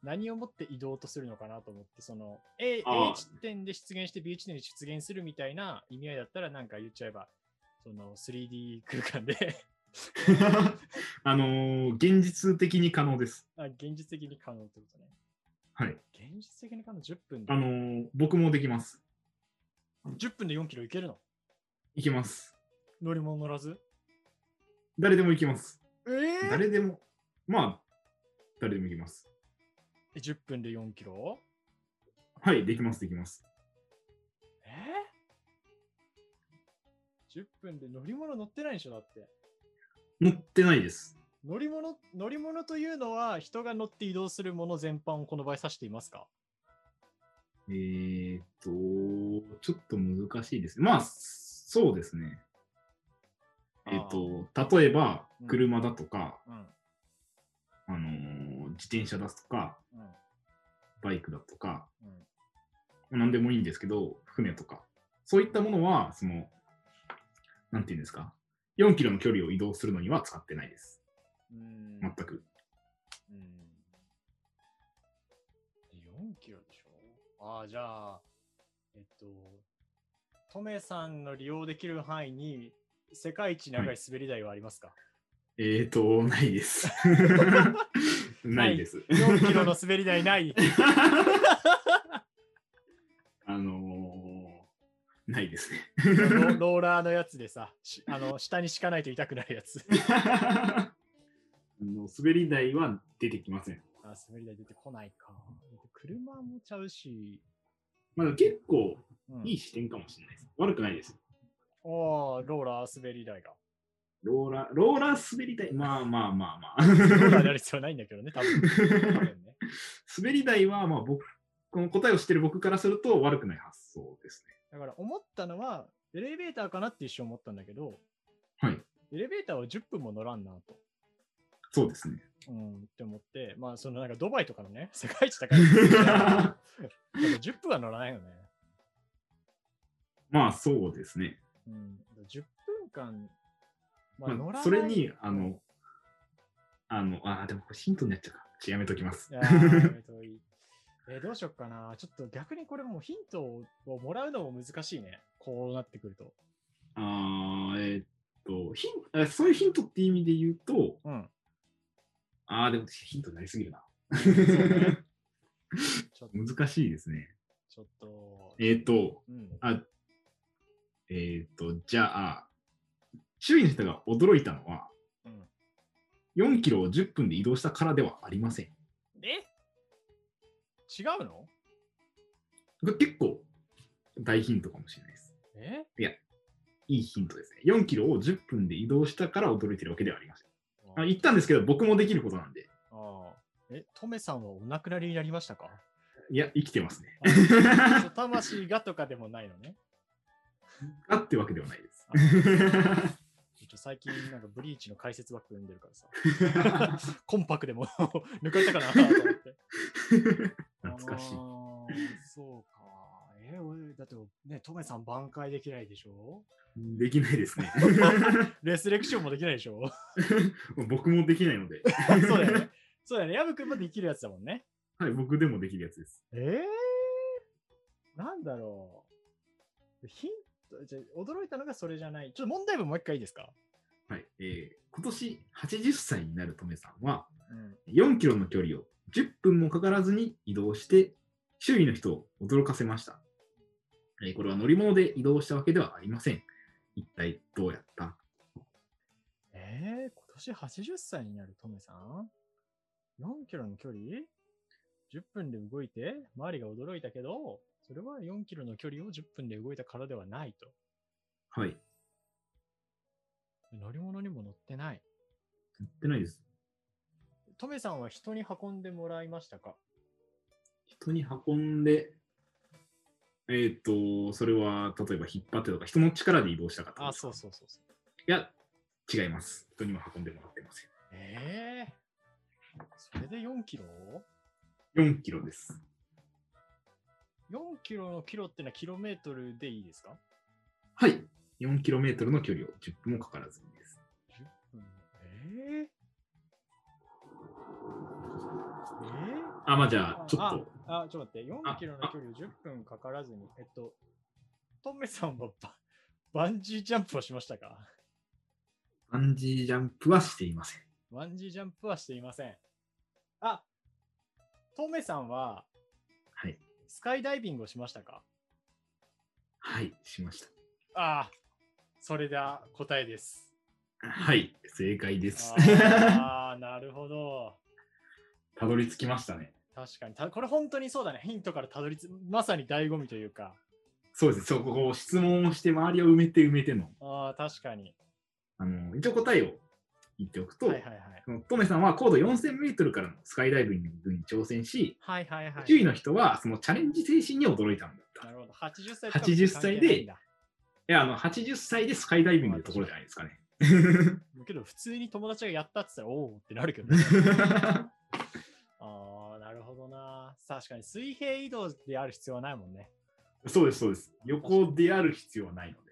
Speaker 2: 何をもって移動とするのかなと思って、その A,
Speaker 1: あ
Speaker 2: A
Speaker 1: ー
Speaker 2: 地点で出現して B 地点で出現するみたいな意味合いだったら、なんか言っちゃえば、その 3D 空間で
Speaker 1: あのー現実的に可能です。
Speaker 2: あ、現実的に可能ってことね。
Speaker 1: はい。
Speaker 2: 現実的に可能10分で、
Speaker 1: あのー僕もできます。
Speaker 2: 10分で4キロいけるの
Speaker 1: いけます。
Speaker 2: 乗り物乗らず
Speaker 1: 誰でもいけます。
Speaker 2: えー
Speaker 1: 誰でも、まあ、誰でもいけます。
Speaker 2: え ?10 分で4キロ
Speaker 1: はい、できます、できます。
Speaker 2: えー、?10 分で乗り物乗ってないでしょだって。
Speaker 1: 乗ってないです。
Speaker 2: 乗り物、乗り物というのは人が乗って移動するもの全般をこの場合指していますか
Speaker 1: えー、っと、ちょっと難しいです。まあ、そうですね。えーっと、例えば
Speaker 2: うん、
Speaker 1: 車だとか、
Speaker 2: うん。
Speaker 1: あのー自転車だとか、
Speaker 2: うん。
Speaker 1: バイクだとか、
Speaker 2: うん
Speaker 1: 何でもいいんですけど、船とか、そういったものは、その、なんていうんですか、4キロの距離を移動するのには使ってないです。
Speaker 2: うん。
Speaker 1: 全く。
Speaker 2: うん。4キロでしょああ、じゃあ、えっと、トメさんの利用できる範囲に世界一長い滑り台はありますか、
Speaker 1: えーと、ないです。 ないです。
Speaker 2: ?4 キロの滑り台ない。
Speaker 1: あのーないですね。
Speaker 2: ロローラーのやつでさ、しあの下に敷かないと痛くなるやつ。
Speaker 1: あの滑り台は出てきません。
Speaker 2: あ、滑り台出てこないか。車もちゃうし。
Speaker 1: まあ、結構
Speaker 2: うん
Speaker 1: いい視点かもしれないです。悪くないです。
Speaker 2: おーローラー滑 り台が。
Speaker 1: ローラー、ローラー滑り台、まあまあまあまあ。
Speaker 2: ローラーである必要ないんだけどね、多分。多分ね。
Speaker 1: 滑り台は、まあ僕、この答えを知ってる僕からすると悪くない発想です
Speaker 2: だから思ったのは、エレベーターかなって一瞬思ったんだけど、
Speaker 1: ね。はい。
Speaker 2: エレベーターは10分も乗らんなと。
Speaker 1: そうですね。
Speaker 2: うん、って思って、まあ、そのなんかドバイとかのね、世界一高 いところだから。でも10分は乗らないよね。
Speaker 1: まあそうですね。
Speaker 2: うん、10分間、ま
Speaker 1: まあそれに、あ、の、あの、あー、でもこれヒントになっちゃうか。ちょやめときます
Speaker 2: い。やーやめ といえーどうしよっかな。ちょっと逆にこれもうヒントをもらうのも難しいね。こうなってくると。
Speaker 1: あーえーっとヒンあ、そういうヒントって意味で言うと、
Speaker 2: うん。
Speaker 1: ああ、でもヒントになりすぎるな。
Speaker 2: ちょっと、
Speaker 1: 難しいですね。
Speaker 2: ちょっと。
Speaker 1: えーっと、
Speaker 2: うん。
Speaker 1: あ、えーっと、じゃあ、周囲の人が驚いたのは、
Speaker 2: うん、
Speaker 1: 4キロを10分で移動したからではありません。
Speaker 2: え違うの
Speaker 1: これ結構大ヒントかもしれないです。
Speaker 2: え
Speaker 1: いいヒントですね。4キロを10分で移動したから驚いてるわけではありません。あ言ったんですけど、僕もできることなんで、
Speaker 2: あーえ、トメさんはお亡くなりになり ましたか
Speaker 1: いや、生きてますね。
Speaker 2: あーそう魂がとかでもないのね。
Speaker 1: あってわけではない です。
Speaker 2: あーちょっと最近なんかブリーチの解説枠読んでるからさ。 コンパクでも抜かれたかなと思って。
Speaker 1: 懐かしい
Speaker 2: あー。そうか。えー、俺、だって、ね、トメさん挽回できないでしょ
Speaker 1: できないですね。
Speaker 2: レスレクションもできないでしょ
Speaker 1: 僕もできないので、
Speaker 2: そうだよね。そうだよね。ヤブ君もできるやつだもんね。
Speaker 1: はい、僕でもできるやつです。
Speaker 2: えー、なんだろう。ヒント、じゃあ驚いたのがそれじゃない。ちょっと問題文もう一回いいですか
Speaker 1: はい、えー今年80歳になるとめさんは、
Speaker 2: うん。
Speaker 1: 4キロの距離を10分もかからずに移動して、周囲の人を驚かせました。えーこれは乗り物で移動したわけではありません。一体どうやった
Speaker 2: えー、今年80歳になるトメさん ?4 キロの距離10分で動いて、周りが驚いたけど、それは4キロの距離を10分で動いたからではないと。
Speaker 1: はい。
Speaker 2: 乗り物にも乗ってない。
Speaker 1: やってないです。
Speaker 2: トメさんは人に運んでもらいましたか
Speaker 1: 人に運んで、えっ、と、それは例えば引っ張ってとか、人の力で移動したかった
Speaker 2: あ、そうそうそうそう。
Speaker 1: いや、違います。人にも運んでもらってませ
Speaker 2: ええそれで4キロ
Speaker 1: ん。4キロです。
Speaker 2: ?4 キロのキロってのはキロメートルでいいですか
Speaker 1: はい。4キロメートルの距離を10分もかからずにです。
Speaker 2: ?10 分。えええ
Speaker 1: あ、まあじゃあ、ちょっと。
Speaker 2: えあ、ちょっと待って、4キロの距離を10分かからずに、えっと、トメさんはババンジージャンプをしましたか
Speaker 1: バンジージャンプはしていません。
Speaker 2: バンジージャンプはしていません。あ、トメさんは
Speaker 1: はい。
Speaker 2: スカイダイビングをしましたか
Speaker 1: はい、しまし
Speaker 2: ああ、それだ、答えです。
Speaker 1: た。はい、正解です。
Speaker 2: ああ、なるほど。
Speaker 1: たどり着きましたね。
Speaker 2: 確かに。たこれ本当にそうだね。ヒントからたどりつ、まさに醍醐味というか。
Speaker 1: そうです。そこを質問をして、周りを埋めて埋めての。
Speaker 2: ああ、確かに。
Speaker 1: あの、一応答えを言っておくと、
Speaker 2: はいはいはい。
Speaker 1: そのトメさんは高度4000メートルからのスカイダイビングに挑戦し、
Speaker 2: はいはいはい。
Speaker 1: 周囲の人はそのチャレンジ精神に驚いたんだった。
Speaker 2: ないるほど。80歳とか
Speaker 1: 80
Speaker 2: 関係ないんだ。
Speaker 1: や、あの、80歳でスカイダイビングのところじゃないですかね。
Speaker 2: けど、普通に友達がやったって言ったら、おおってなるけど、ね。ああ、なるほどな。確かに、水平移動である必要はないもんね。
Speaker 1: そうです、そうです。横である必要はないので。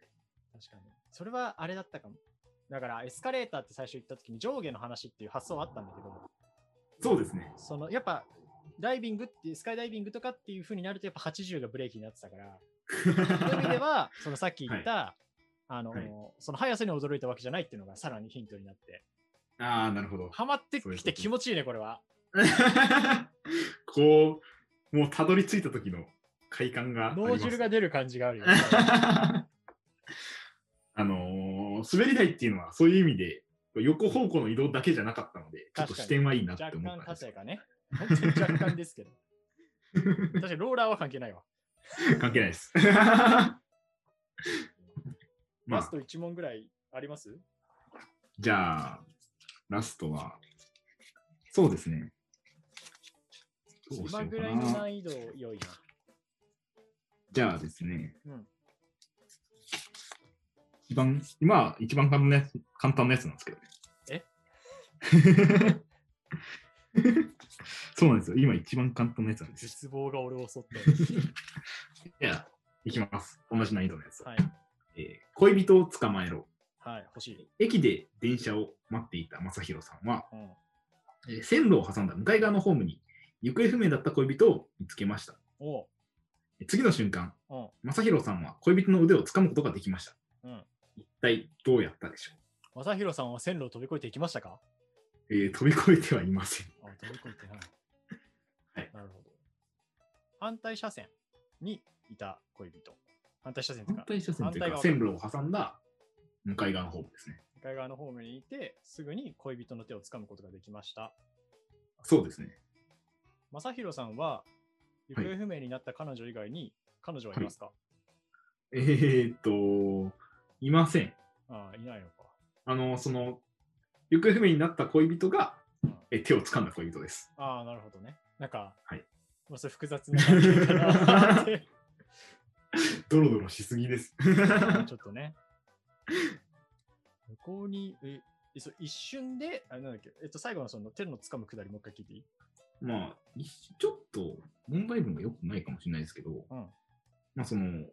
Speaker 2: 確かに。それはあれだったかも。だから、エスカレーターって最初言った時に上下の話っていう発想はあったんだけど、
Speaker 1: そうですね。
Speaker 2: そのやっぱダイビングってスカイダイビングとかっていう風になるとやっぱ80がブレーキになってたからそういう意味ではそのさっき言った、あの
Speaker 1: はい
Speaker 2: その速さに驚いたわけじゃないっていうのがさらにヒントになって
Speaker 1: ああ、なるほど。
Speaker 2: ハマって
Speaker 1: そういう
Speaker 2: き
Speaker 1: こ
Speaker 2: て
Speaker 1: と
Speaker 2: 気持ちいいねこれは
Speaker 1: こう、もうたどり着いた時の快感があります。
Speaker 2: 脳汁が出る感じがあるよ
Speaker 1: あのー滑り台っていうのはそういう意味で横方向の移動だけじゃなかったので、ちょっ
Speaker 2: 確
Speaker 1: と
Speaker 2: かに
Speaker 1: 視点はいいなって
Speaker 2: 若
Speaker 1: 思っ
Speaker 2: 干
Speaker 1: たんです
Speaker 2: 縦
Speaker 1: よ。
Speaker 2: がね本当に若干ですけ ど確かにローラーは関係ないわ、
Speaker 1: 関係ないです。 ま
Speaker 2: ラス
Speaker 1: あ、
Speaker 2: ト1問ぐらいあります
Speaker 1: じゃあ、ラストは、そうですね。どうしよ
Speaker 2: 今
Speaker 1: う
Speaker 2: ぐ
Speaker 1: から
Speaker 2: いの
Speaker 1: な。
Speaker 2: 難易度良いな
Speaker 1: じゃあですね、
Speaker 2: うん
Speaker 1: 一番、今は一番簡単なやつ簡単なやつなんですけどね。え そうなんですよ。今一番簡単なやつなんですよ。
Speaker 2: 絶望が俺を襲って
Speaker 1: じゃあ、いきます。同じ難易度のやつを、
Speaker 2: はい
Speaker 1: えー恋人を捕まえろ。
Speaker 2: はい欲しい、
Speaker 1: 駅で電車を待っていた正宏さんは、
Speaker 2: うん、
Speaker 1: えー線路を挟んだ向かい側のホームに行方不明だった恋人を見つけました。
Speaker 2: おう
Speaker 1: 次の瞬間、
Speaker 2: うん
Speaker 1: 正宏さんは恋人の腕を掴むことができました。
Speaker 2: うん
Speaker 1: 一体どうやったでしょ
Speaker 2: 正宏さんは線路を飛び越えていきましたか
Speaker 1: う、えー飛び越えてはいません。
Speaker 2: あ、飛び越えてない。
Speaker 1: はい
Speaker 2: なるほど。反対車線にいた恋人。反対車線と
Speaker 1: 反
Speaker 2: か、
Speaker 1: 対車線というか
Speaker 2: 反対
Speaker 1: 線路を挟んだ向かい側のホームですね。
Speaker 2: 向かい側のホームにいて、すぐに恋人の手を掴むことができました。
Speaker 1: そうですね。
Speaker 2: 正宏さんは、行
Speaker 1: はい
Speaker 2: 方不明になった彼女以外に、彼女はいますか、
Speaker 1: えー、っと、いません。
Speaker 2: ああ、いないのか。
Speaker 1: あの、その、行方不明になった恋人が、え手を掴んだ恋人です。
Speaker 2: ああ、なるほどね。なんか、
Speaker 1: はい
Speaker 2: まあ、それ複雑な感じだなって
Speaker 1: ドロドロしすぎです。
Speaker 2: ちょっとね。向こうに、え、えそう一瞬で、あれなんだっけ、えっと、最後のその手の掴むくだり、もう一回聞いていい
Speaker 1: まあ、いちょっと問題文が良くないかもしれないですけど、
Speaker 2: うん
Speaker 1: まあその、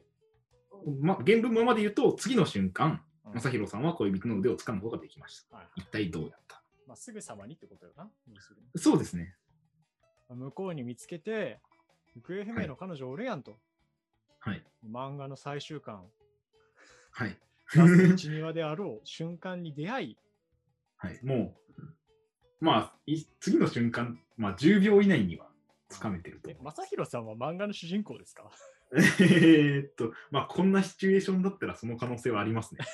Speaker 1: ま、原文ままで言うと、次の瞬間、
Speaker 2: うん
Speaker 1: 正宏さんは恋人の腕を掴むことができました。
Speaker 2: はいはい
Speaker 1: 一体どうやった
Speaker 2: まあ、すぐさまにってことよな。要するに
Speaker 1: そうですね。
Speaker 2: まあ向こうに見つけて、行方不明の彼女おるやんと。
Speaker 1: はい。
Speaker 2: 漫画の最終巻、
Speaker 1: はい。
Speaker 2: ラスト1、2話であろう瞬間に出会い、
Speaker 1: はい、もう、まあ、い次の瞬間、まあ、10秒以内には掴めてると
Speaker 2: え、。正宏さんは漫画の主人公ですか
Speaker 1: えーっと、まあ、こんなシチュエーションだったらその可能性はありますね。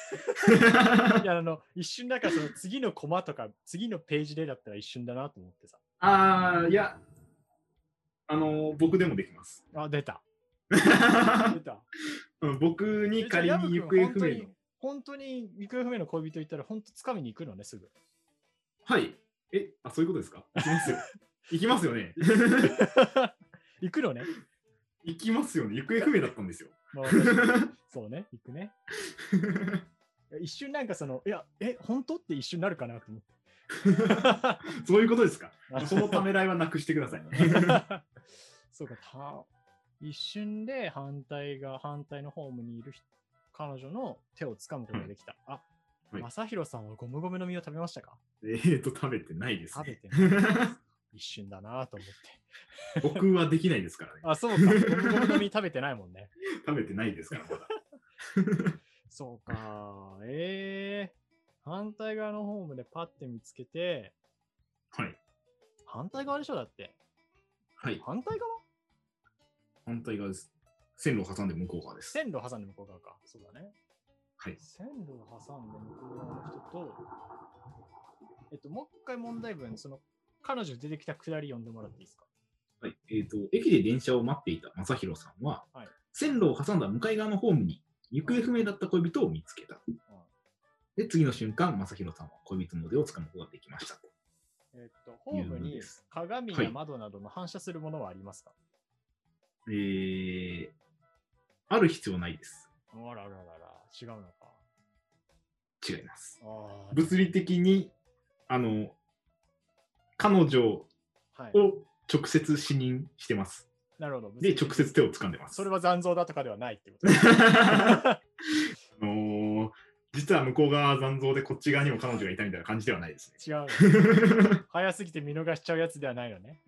Speaker 2: いや、あの、一瞬だから、その次のコマとか、次のページでだったら一瞬だなと思ってさ。
Speaker 1: ああ、いや、の、僕でもでき ます。
Speaker 2: あ、出た。出た。
Speaker 1: うん僕に仮に行方
Speaker 2: えじゃあ薮君
Speaker 1: 不明の。
Speaker 2: 本当に本当に行方不明の恋人いたら、本当つかみに行くのね、すぐ。
Speaker 1: はい。え、あ、そういうことですか行き ますよ。行きますよね。
Speaker 2: 行くのね。
Speaker 1: 行きますよね。行方不明だったんですよ。
Speaker 2: まあ私 そうね、行くね。一瞬なんかその、いや、え、本当って一瞬なるかなと 思って。
Speaker 1: そういうことですか
Speaker 2: あ
Speaker 1: そのためらいはなくしてください。
Speaker 2: そうか、た一瞬で反対が反対のホームにいる人彼女の手を掴むことができた。あ、
Speaker 1: はい
Speaker 2: まさひろさんはゴムゴムの実を食べましたか
Speaker 1: えーと、食べてないです、
Speaker 2: 食べ
Speaker 1: ね。
Speaker 2: てない。 一瞬だなと思って。
Speaker 1: 僕はできないですからね。
Speaker 2: あ、そうか。ゴムゴムの実食べてないもん ね。
Speaker 1: 食べてないですから、まだ。
Speaker 2: そうか。ええ反対側のホームでパッて見つけて、
Speaker 1: はい。
Speaker 2: 反対側でしょだって。
Speaker 1: はい。
Speaker 2: 反対側
Speaker 1: 反対側です。線路を挟んで向こう側です。
Speaker 2: 線路を挟んで向こう側か。そうだね。
Speaker 1: はい
Speaker 2: 線路を挟んで向こう側の人と、えっと、もう一回問題文、その、彼女出てきたくだり読んでもらっていいですか
Speaker 1: はいえー、と駅で電車を待っていた正弘さんは、
Speaker 2: はい
Speaker 1: 線路を挟んだ向かい側のホームに行方不明だった恋人を見つけた。で、次の瞬間、正弘さんは恋人の腕を掴むことができました。
Speaker 2: えっと、ホーム
Speaker 1: いうの
Speaker 2: に
Speaker 1: です
Speaker 2: 鏡
Speaker 1: は
Speaker 2: や
Speaker 1: い
Speaker 2: 窓などの反射するものはありますか、
Speaker 1: えー、ある必要ないです。
Speaker 2: あらららら、違うのか。
Speaker 1: 違います。
Speaker 2: あー
Speaker 1: 物理的に、あの、彼女を
Speaker 2: はい。
Speaker 1: 直接死認してます。
Speaker 2: なるほど。
Speaker 1: で、直接手を掴んでます。
Speaker 2: それは残像だとかではな いってこと
Speaker 1: あのー実は向こう側は残像でこっち側にも彼女がいたみたいな感じではない ですね。
Speaker 2: 違うの。 早すぎて見逃しちゃうやつではないよね。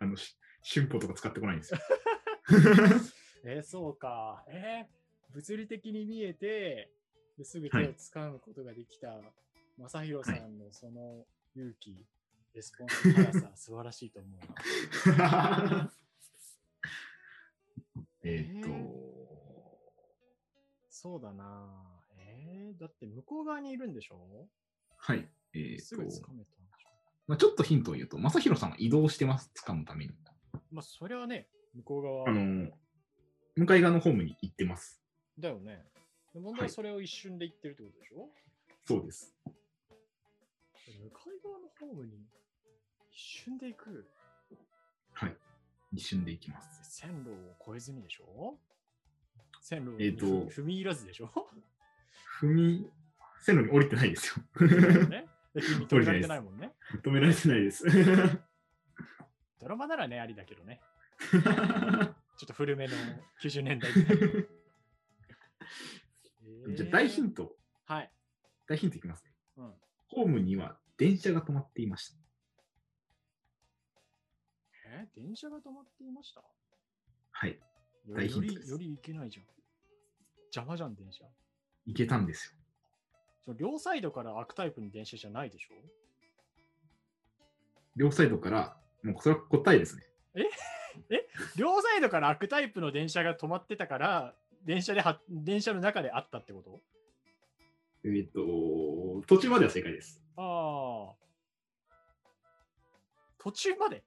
Speaker 1: あの、し春歩とか使ってこないん ですよ。
Speaker 2: えーそうか。えー物理的に見えて、ですぐ手
Speaker 1: は
Speaker 2: を
Speaker 1: い
Speaker 2: 掴むことができた、正宏さんのその勇気、レスポンスの速 さ、素晴らしいと思うな。
Speaker 1: えーっと、
Speaker 2: そうだな。えーだって向こう側にいるんでしょ
Speaker 1: はい。えー
Speaker 2: すぐ掴
Speaker 1: っ
Speaker 2: め
Speaker 1: と
Speaker 2: たんでし
Speaker 1: まあ、ちょっとヒントを言うと、正弘さんは移動してます、掴むために。
Speaker 2: ょまあ、それはね、向こう側
Speaker 1: あのー向かい側のホームに行ってます。
Speaker 2: だよね。で問題はそれを一瞬で言ってるってことでしょ、
Speaker 1: そうです。
Speaker 2: 向かい側のホームに一瞬で行く
Speaker 1: はい。一瞬で行きます。
Speaker 2: 線路を越えずにでしょ線路
Speaker 1: えー
Speaker 2: に
Speaker 1: と
Speaker 2: 踏み入らずでしょ、
Speaker 1: 踏み、線路に降りてないですよ。
Speaker 2: ね、駅に止められてないもんね。
Speaker 1: 止められてないです。
Speaker 2: ドラマならね、ありだけどね。ちょっと古めの90年代。 えー
Speaker 1: じゃあ大ヒント、
Speaker 2: はい。
Speaker 1: 大ヒントいきますね。
Speaker 2: うん
Speaker 1: ホームには電車が止まっていました。
Speaker 2: えー電車が止まっていました
Speaker 1: はい。
Speaker 2: よ
Speaker 1: 大ヒント
Speaker 2: よ
Speaker 1: で
Speaker 2: り
Speaker 1: す
Speaker 2: より行けないじゃん。邪魔じゃん、電車。
Speaker 1: 行けたんですよ。
Speaker 2: その両サイドから開くタイプの電車じゃないでしょ
Speaker 1: 両サイドから、もうそれは答えですね。
Speaker 2: 両サイドから開くタイプの電車が止まってたから、電車では、電車の中であったってこと
Speaker 1: えーっ、と、途中までは正解です。
Speaker 2: ああ。途中まで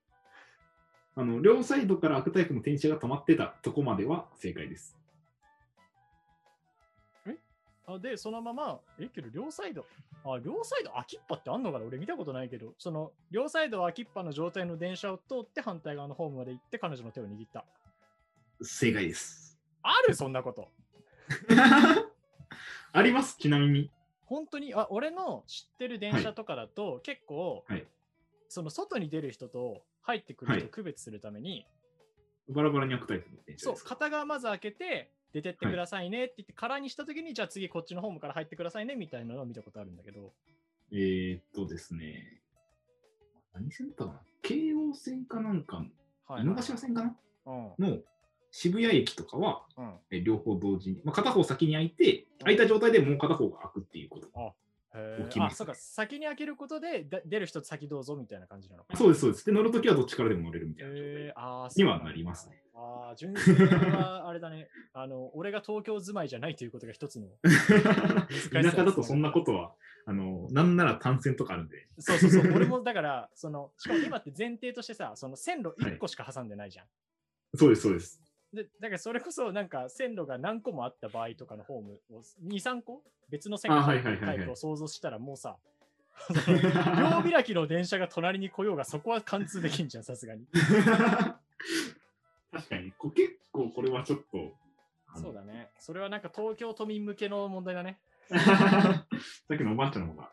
Speaker 1: あの、両サイドから悪タイプの電車が止まってたとこまでは正解です。
Speaker 2: あで、そのまま、え、けど両サイド、あ、両サイド空きっぱってあんのかな俺見たことないけど、その、両サイド空きっぱの状態の電車を通って反対側のホームまで行って彼女の手を握った。
Speaker 1: 正解です。
Speaker 2: あるそんなこと
Speaker 1: あります、ちなみに。
Speaker 2: 本当にあ俺の知ってる電車とかだと、結構、
Speaker 1: はい
Speaker 2: その外に出る人と入ってくる人を区別するために、
Speaker 1: バラバラに悪タイプの電車
Speaker 2: そう
Speaker 1: です。
Speaker 2: 片側まず開けて出てってくださいねって言って空にした時に、じゃあ次こっちのホームから入ってくださいねみたいなのを見たことあるんだけど
Speaker 1: えーっとですね。何線だったかな京王線かなんか、
Speaker 2: は
Speaker 1: 井の頭線かな
Speaker 2: うん
Speaker 1: の渋谷駅とかは、
Speaker 2: うん
Speaker 1: え両方同時に、まあ、片方先に開いて、開いた状態でもう片方が開くっていうこと。
Speaker 2: へー
Speaker 1: 起きます
Speaker 2: あそうか先に開けることでだ出る人先どうぞみたいな感じなのか
Speaker 1: そうです、そうです。で、乗るときはどっちからでも乗れるみたいな状態
Speaker 2: へーあーそう
Speaker 1: に
Speaker 2: な
Speaker 1: は
Speaker 2: んだ
Speaker 1: なりますね。
Speaker 2: あああ、純粋はあれだね。 あの、俺が東京住まいじゃないということが一つの。
Speaker 1: 田舎だとそんなことは、あの、なんなら単線とかあるんで。
Speaker 2: そうそ うそう。俺もだから、その、しかも今って前提としてさ、その線路1個しか挟んでないじゃん。
Speaker 1: そうです、そう です。
Speaker 2: で、だからそれこそなんか線路が何個もあった場合とかのホームを2、3個別の線路
Speaker 1: あ
Speaker 2: の
Speaker 1: はいはいはいは
Speaker 2: タ
Speaker 1: い
Speaker 2: イプを想像したらもうさ、両開きの電車が隣に来ようがそこは貫通できんじゃん、さすがに。
Speaker 1: 確かに、こ結構これはちょっと。あの
Speaker 2: そうだね。それはなんか東京都民向けの問題だね。
Speaker 1: さっきのおばあちゃんの方が、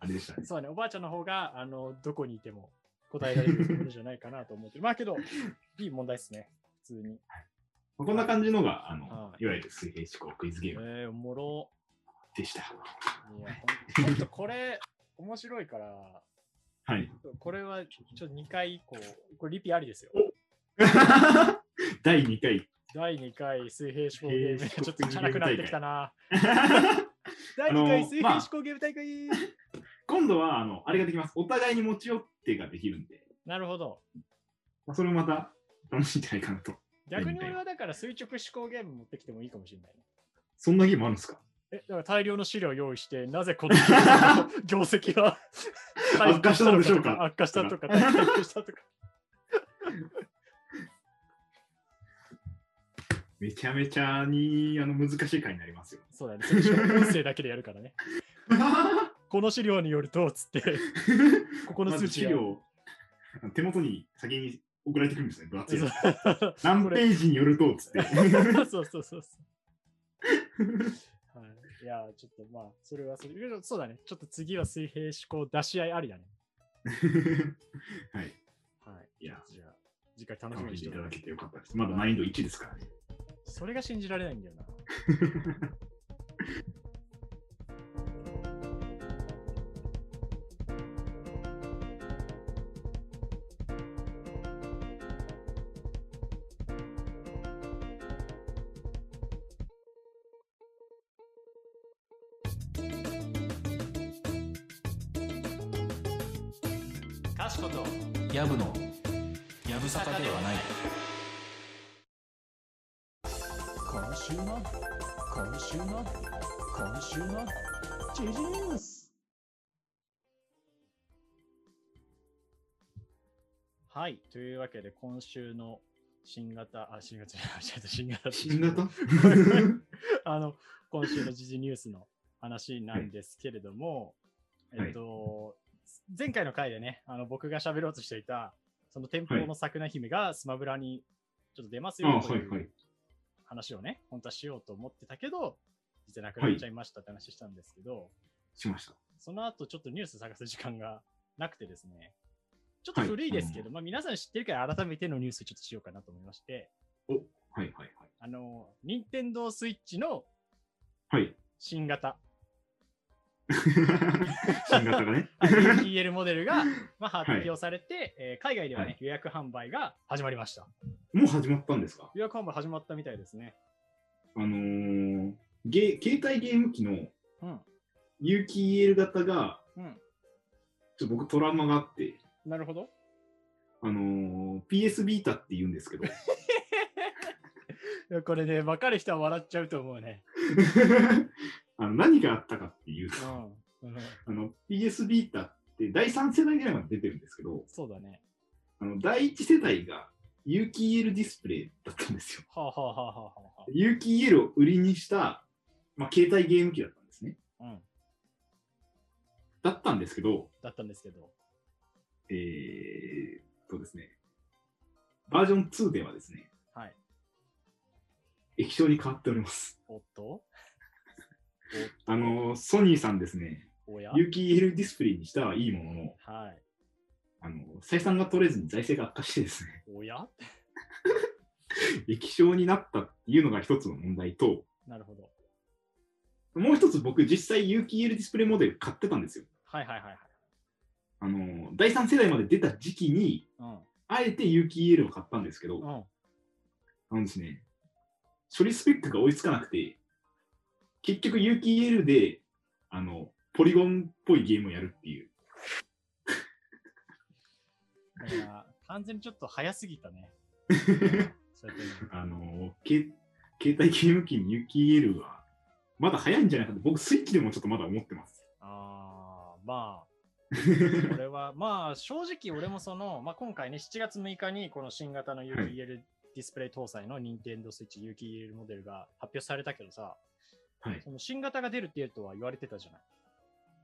Speaker 1: あれでしたね。
Speaker 2: そうだね。おばあちゃんの方が、あの、どこにいても答えられるものじゃないかなと思ってる。ま あけど、いい問題ですね。普通に。
Speaker 1: まあこんな感じのが、あの、、
Speaker 2: はい
Speaker 1: わゆる水平思考クイズゲーム
Speaker 2: えー、おもろ。
Speaker 1: でした。
Speaker 2: いや、ほんちょっとこれ、面白いから、
Speaker 1: はい。
Speaker 2: これはちょっと2回以降、これリピありですよ。
Speaker 1: 第2回。
Speaker 2: 第2回水平思考ゲーム、
Speaker 1: 水平思考
Speaker 2: ちょっとチャラくなってきたな。第
Speaker 1: ーム大会あ
Speaker 2: 2回
Speaker 1: の
Speaker 2: 水平思考ゲーム大会、
Speaker 1: 今度は、あの、あれができます。お互いに持ち寄ってができるんで、
Speaker 2: なるほど。
Speaker 1: まあ、それもまた楽しいんじゃないかなと。
Speaker 2: 逆に俺はだから垂直思考ゲーム持ってきてもいいかもしれないね。
Speaker 1: そんなゲームあるんですか
Speaker 2: え、だから大量の資料を用意して、なぜこの 業績は
Speaker 1: 悪化したのでしょうか
Speaker 2: と悪化したとか、回復したとか。
Speaker 1: めちゃめちゃにあの難しい回になりますよ。
Speaker 2: そうだね。それしかも音声だけでやるからね。この資料によると、つって、こ こ
Speaker 1: こ
Speaker 2: の数値
Speaker 1: 資
Speaker 2: が。
Speaker 1: 料、手元に先に送られてくるんですね、分厚いやつ。
Speaker 2: そう
Speaker 1: 何ページによると、つって。
Speaker 2: そうそうそうそう。はい、いやー、ちょっとまあ、それはそれ。そうだね。ちょっと次は水平思考出し合いありだね。
Speaker 1: はい。
Speaker 2: はい。
Speaker 1: いや、
Speaker 2: じゃあ、次回楽しみ
Speaker 1: 楽
Speaker 2: に
Speaker 1: し
Speaker 2: し
Speaker 1: んでいた
Speaker 2: ており
Speaker 1: だ
Speaker 2: ます
Speaker 1: けてよかったです。まだ難易度1ですからね。
Speaker 2: それが信じられないんだよな。
Speaker 3: かしことやぶのやぶさかではない
Speaker 2: 今週の、今週の、今週の、ジジースはい、というわけで今週の新型、あ、新型じゃない、 間違えた新型
Speaker 1: 新 型
Speaker 2: あの、今週の時事ニュースの話なんですけれども、
Speaker 1: はい
Speaker 2: えっと、前回の回でね、あの僕が喋ろうとしていた、その天保の桜姫がスマブラにちょっと出ます
Speaker 1: あ
Speaker 2: よ
Speaker 1: あ、
Speaker 2: と
Speaker 1: はいいは
Speaker 2: う
Speaker 1: い。
Speaker 2: 話をね、本当はしようと思ってたけど、実はなくなっちゃいましたって話したんですけど、
Speaker 1: しました。
Speaker 2: その後ちょっとニュース探す時間がなくてですね、ちょっと古いですけど、
Speaker 1: は
Speaker 2: まあ皆さん知ってるから改めてのニュースちょっとしようかなと思いまして、
Speaker 1: はいはいはい。
Speaker 2: あの、任天堂スイッチの
Speaker 1: はい。
Speaker 2: 新型、
Speaker 1: 新型がね。
Speaker 2: EL モデルが、まあ、発表されて、えー海外では、ね
Speaker 1: はい
Speaker 2: 予約販売が始まりました。
Speaker 1: もう始まったんですか
Speaker 2: 予約販売始まったみたいですね。
Speaker 1: あのー、ゲー携帯ゲーム機の
Speaker 2: うん。
Speaker 1: 有機 EL 型が、
Speaker 2: うん。
Speaker 1: ちょっと僕トラウマがあって、
Speaker 2: なるほど。
Speaker 1: あのー、PS ビータって言うんですけど、
Speaker 2: いやこれね、分かる人は笑っちゃうと思うね。
Speaker 1: あの何があったかっていうと、
Speaker 2: うん。うん、
Speaker 1: あの PS ビータって第3世代ぐらいまで出てるんですけど、
Speaker 2: そうだね。
Speaker 1: あの第1世代が有機 EL ディスプレイだったんですよ。
Speaker 2: はあ、はあはあはあは
Speaker 1: 有機 EL を売りにした、まあ、携帯ゲーム機だったんですね。
Speaker 2: あ、うん。
Speaker 1: だったんですけど、
Speaker 2: だったんですけど。
Speaker 1: えー、そうですね。バージョン2ではですね、
Speaker 2: はい。
Speaker 1: 液晶に変わっております。
Speaker 2: おっ と
Speaker 1: あのー、ソニーさんですね、
Speaker 2: おや
Speaker 1: 有機 EL ディスプレイにしたはいいものの、
Speaker 2: はい。
Speaker 1: あの採算が取れずに財政が悪化してですね、
Speaker 2: おや
Speaker 1: 液晶になったっていうのが一つの問題と、
Speaker 2: なるほど。
Speaker 1: もう一つ僕、実際有機 EL ディスプレイモデル買ってたんですよ。
Speaker 2: はいはいはいはい。
Speaker 1: あの第3世代まで出た時期に、あえて有機 EL を買ったんですけど、
Speaker 2: うん。うん。
Speaker 1: あのですね、処理スペックが追いつかなくて、結局有機 EL で、あの、ポリゴンっぽいゲームをやるっていう。
Speaker 2: だから完全にちょっと早すぎたね。そうやってね
Speaker 1: あのけ携帯ゲーム機に雪エルは、まだ早いんじゃないかと、僕、スイッチでもちょっとまだ思ってます。
Speaker 2: あーまあ、俺は、まあ、正直俺もその、まあ、今回ね、7月6日にこの新型の有
Speaker 1: はい
Speaker 2: 機 EL ディスプレイ搭載の Nintendo Switch 有機 EL モデルが発表されたけどさ、
Speaker 1: はい、
Speaker 2: その新型が出るっていうとは言われてたじゃない。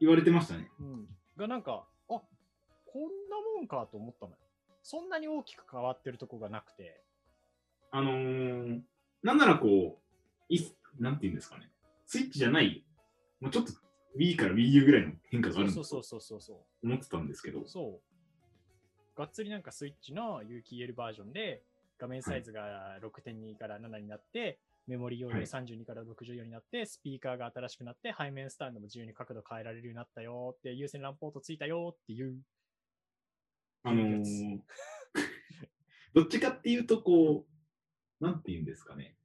Speaker 1: 言われてましたね。
Speaker 2: うん。がなんか、あこんなもんかと思ったのよ。そんなに大きく変わってるとこがなくて、
Speaker 1: あのーなんならこう、いなんていうんですかね、スイッチじゃない、もうちょっと Wii から WiiU ぐらいの変化が
Speaker 2: そ
Speaker 1: あ
Speaker 2: う
Speaker 1: る
Speaker 2: そ
Speaker 1: の
Speaker 2: うそ
Speaker 1: と
Speaker 2: うそうそうそう。
Speaker 1: 思ってたんですけど、
Speaker 2: そう。がっつりなんかスイッチの有機 EL バージョンで、画面サイズが6.2から7になって、メモリ容量
Speaker 1: はい
Speaker 2: 32から64になって、スピーカーが新しくなって、背面スタンドも自由に角度変えられるようになったよって、有線ランポートついたよっていう。
Speaker 1: あのー どっちかっていうと、こう、なんていうんですかね、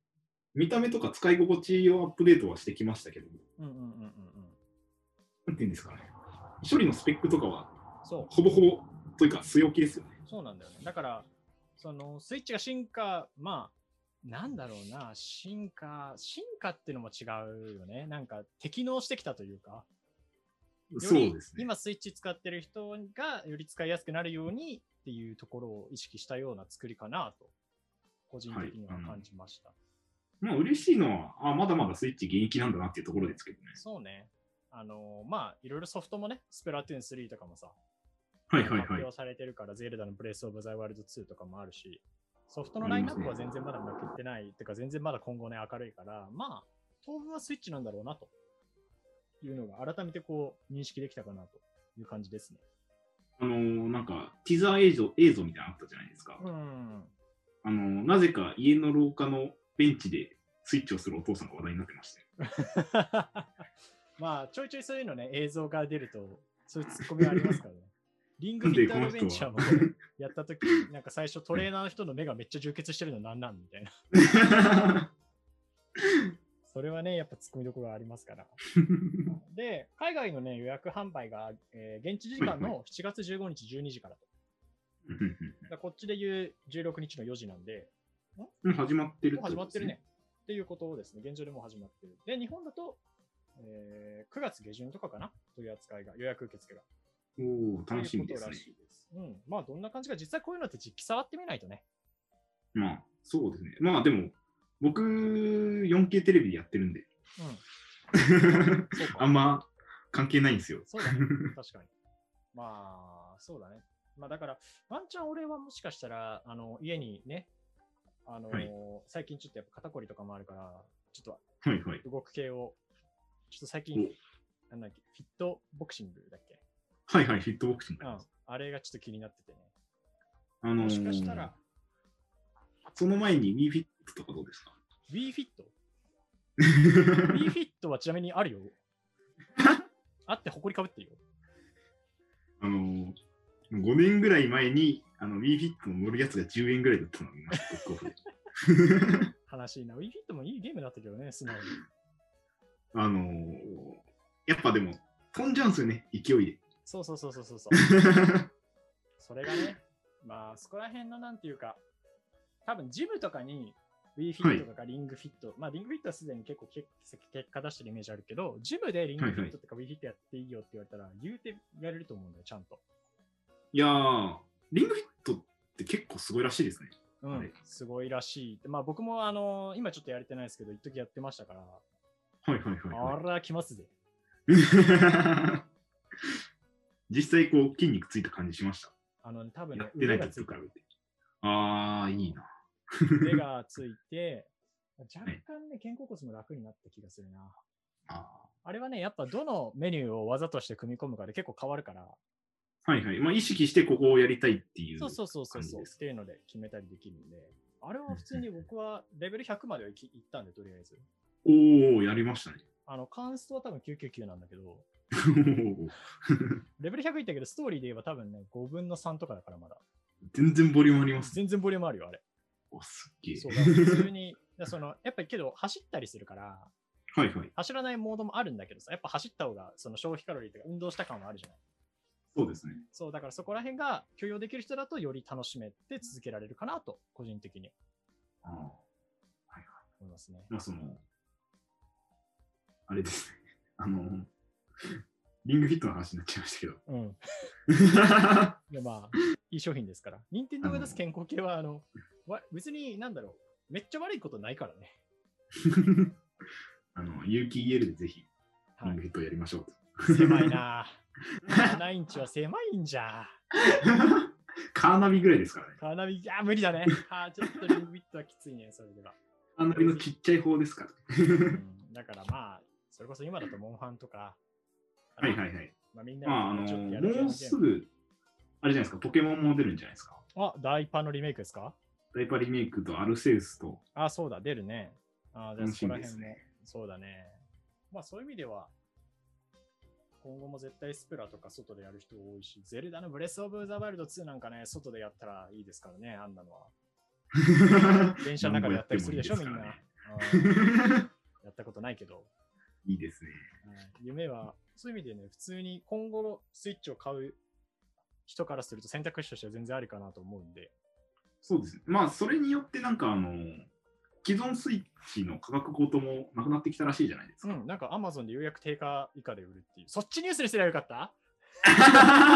Speaker 1: 見た目とか使い心地をアップデートはしてきましたけど、
Speaker 2: うんうんうんうんうん。
Speaker 1: なんていうんですかね、処理のスペックとかは、
Speaker 2: そう。
Speaker 1: ほぼほぼというか、据え置きですよね。
Speaker 2: そうなんだよね。だから、そのスイッチが進化、まあ、なんだろうな、進化、進化っていうのも違うよね。なんか適能してきたというか、よ
Speaker 1: そ
Speaker 2: り
Speaker 1: うですね。
Speaker 2: 今スイッチ使ってる人がより使いやすくなるようにっていうところを意識したような作りかなと、個人的には
Speaker 1: はい
Speaker 2: 感じました。
Speaker 1: まあ、嬉しいのは、あ、まだまだスイッチ現役なんだなっていうところですけどね。
Speaker 2: そうね。あのまあ、いろいろソフトもね、スプラトゥーン3とかもさ、
Speaker 1: はいはい
Speaker 2: 発
Speaker 1: はい。
Speaker 2: 表されてるから、ゼルダのブレイスオブザワイルド2とかもあるし、ソフトのラインナップは全然まだ負けてない、てか全然まだ今後ね、明るいから、まあ、当分はスイッチなんだろうなというのが、改めてこう、認識できたかなという感じですね。
Speaker 1: あのーなんか、ティザー映像映像みたいなのあったじゃないですか。
Speaker 2: うん。
Speaker 1: あのーなぜか家の廊下のベンチでスイッチをするお父さんが話題になって まして。
Speaker 2: まあ、ちょいちょいそういうのね、映像が出ると、そういうツッコミありま すからね。リングフィットアドベンチャーも
Speaker 1: なんでこの
Speaker 2: やった時なんか最初トレーナーの人の目がめっちゃ充血してるのなんなんみたいな。 それはね、やっぱツッコミどころがありますから。で、海外のね、予約販売が、えー現地時間
Speaker 1: はい
Speaker 2: の7月15日12時からと。だからこっちで言う16日の4時なんで、
Speaker 1: うん始まってる
Speaker 2: もう
Speaker 1: こ
Speaker 2: 始ま
Speaker 1: と
Speaker 2: っ
Speaker 1: です
Speaker 2: てるね。。っていうことですね。現状でもう始まってる。で、日本だと、えー9月下旬とかかなという扱いが、予約受付が。
Speaker 1: おお楽しみで
Speaker 2: と
Speaker 1: す
Speaker 2: いうこと
Speaker 1: ね
Speaker 2: ら。しいです。うん。まあ、どんな感じか、実際こういうのって実機触ってみないとね。
Speaker 1: まあ、そうですね。まあ、でも、僕、4K テレビでやってるんで、
Speaker 2: うん。そう か。
Speaker 1: あんま関係ないんですよ。
Speaker 2: そうだね。確かに。まあ、そうだね。まあ、だから、ワンチャン俺はもしかしたら、あの、家にね、あのー
Speaker 1: はい
Speaker 2: 最近ちょっとやっぱ肩こりとかもあるから、ちょっ
Speaker 1: はいはい。
Speaker 2: と動く系を、ちょっと最
Speaker 1: お
Speaker 2: 近、なんだっけ、フィットボクシングだっけ
Speaker 1: はいはい、フィットボクシング
Speaker 2: う
Speaker 1: やり
Speaker 2: ん
Speaker 1: ます。。
Speaker 2: あれがちょっと気になっててね。
Speaker 1: あのー
Speaker 2: もしかしたら、
Speaker 1: その前に WeFit とかどう ですか
Speaker 2: Wii Fit? Wii Fit はちなみにあるよ。あって、埃かぶってるよ。
Speaker 1: あのー、5年ぐらい前に、あの、WeFit の乗るやつが10円ぐらいだったのを見ました、ブックオフで
Speaker 2: 悲しいな。Wii Fit もいいゲームだったけどね、素直に。
Speaker 1: あのー、やっぱでも、飛んじゃうんですよね、勢いで。
Speaker 2: そうそうそうそうそうそう。それがね、 まあ、そこら辺のなんていうか、多分ジムとかに、ウィーフィットとかリングフィット、まあ、リングフィットはすでに結構結結果出してるイメージあるけど、ジムでリングフィットとかウィーフィットやっていいよって言われたら、言うてやれると思うんだよ、ちゃんと。
Speaker 1: いやー、リングフィットって結構すごいらしいですね。
Speaker 2: う
Speaker 1: は
Speaker 2: ん
Speaker 1: い、
Speaker 2: すごいらしい。まあ、僕も、あの今ちょっとやれてないですけど、一時やってましたから、
Speaker 1: はいはいはい、はい
Speaker 2: あ。ら、来ますぜ。
Speaker 1: 実際こう筋肉ついた感じしました。
Speaker 2: あの、多分
Speaker 1: や
Speaker 2: ね
Speaker 1: っ、てな
Speaker 2: 腕
Speaker 1: い
Speaker 2: が
Speaker 1: と
Speaker 2: つ
Speaker 1: 比
Speaker 2: い
Speaker 1: べ
Speaker 2: た
Speaker 1: て。ああ、いいな。
Speaker 2: 腕がついて、若干ね、肩甲骨も楽になった気がするな。
Speaker 1: あ
Speaker 2: あれはね、やっぱどのメニューを技として組み込むかで結構変わるから、
Speaker 1: ーはいはい。まあ意識してここをやりたいっていう。
Speaker 2: そうそうそうそ
Speaker 1: 感
Speaker 2: う
Speaker 1: じ
Speaker 2: そう、っ
Speaker 1: です
Speaker 2: ていうので決めたりできるんで、あれは普通に僕はレベル100まではいき行ったんで、とりあえず。
Speaker 1: おお、やりましたね。
Speaker 2: あの、カンストは多分999なんだけど、
Speaker 1: おー
Speaker 2: レベル100いったけど、ストーリーで言えば多分ね、5分の3とかだからまだ。
Speaker 1: 全然ボリュームありますね。
Speaker 2: 全然ボリュームあるよ、あれ。
Speaker 1: おすっげえ。
Speaker 2: そう、だから普通に、だからその、やっぱりけど、走ったりするから、
Speaker 1: はいはい。
Speaker 2: 走らないモードもあるんだけどさ、やっぱ走った方が、その消費カロリーとか運動した感はあるじゃない。
Speaker 1: そうですね。
Speaker 2: そう、だからそこら辺が許容できる人だとより楽しめて続けられるかなと、個人的に
Speaker 1: ああ
Speaker 2: 思いますね。
Speaker 1: まあその、あれですね。あの、リングフィットの話になっちゃいましたけど。
Speaker 2: うん。いやまあ、いい商品ですから。任天堂が出す健康系は、あの、わ別になんだろう。めっちゃ悪いことないからね。
Speaker 1: あの、有機 EL でぜひ、リ
Speaker 2: は
Speaker 1: ングフ
Speaker 2: い。
Speaker 1: ィットをやりましょうと。
Speaker 2: 狭いな。7インチは狭いんじゃ。
Speaker 1: カーナビぐらいですからね。
Speaker 2: カーナビ、いや、無理だね。あーちょっとリングビットはきついね、それでは。
Speaker 1: カーナビのちっちゃい方ですから。
Speaker 2: うんだからまあ、それこそ今だとモンハンとか、
Speaker 1: はいはいはい。
Speaker 2: まあ、みんな
Speaker 1: まあ、あ
Speaker 2: でちょっとや
Speaker 1: の、
Speaker 2: る系
Speaker 1: も
Speaker 2: の
Speaker 1: う
Speaker 2: ゲ
Speaker 1: す
Speaker 2: ーム
Speaker 1: ぐ、あれじゃないですか、ポケモンも出るんじゃないですか。
Speaker 2: あ、ダイパのリメイクですか
Speaker 1: ダイパリメイクとアルセウスと、
Speaker 2: あ、そうだ、出るね。あじゃあ
Speaker 1: 楽し
Speaker 2: そこ
Speaker 1: み
Speaker 2: ら
Speaker 1: です
Speaker 2: 辺も、
Speaker 1: ね。
Speaker 2: そうだね。まあそういう意味では、今後も絶対スプラとか外でやる人多いし、ゼルダのブレスオブザワイルド2なんかね、外でやったらいいですからね、あんなのは。 電車の中でやったりするでしょ、みんな。うん やったことないけど。
Speaker 1: いいですね。
Speaker 2: うん夢は、そういう意味でね、普通に今後のスイッチを買う人からすると選択肢としては全然ありかなと思うんで、
Speaker 1: そうですね。まあ、それによって、なんか、あの、既存スイッチの価格高騰もなくなってきたらしいじゃないです
Speaker 2: う
Speaker 1: か。
Speaker 2: ん、なんか Amazon で予約定価以下で売るっていう、そっちニュースにすればよかった
Speaker 1: こ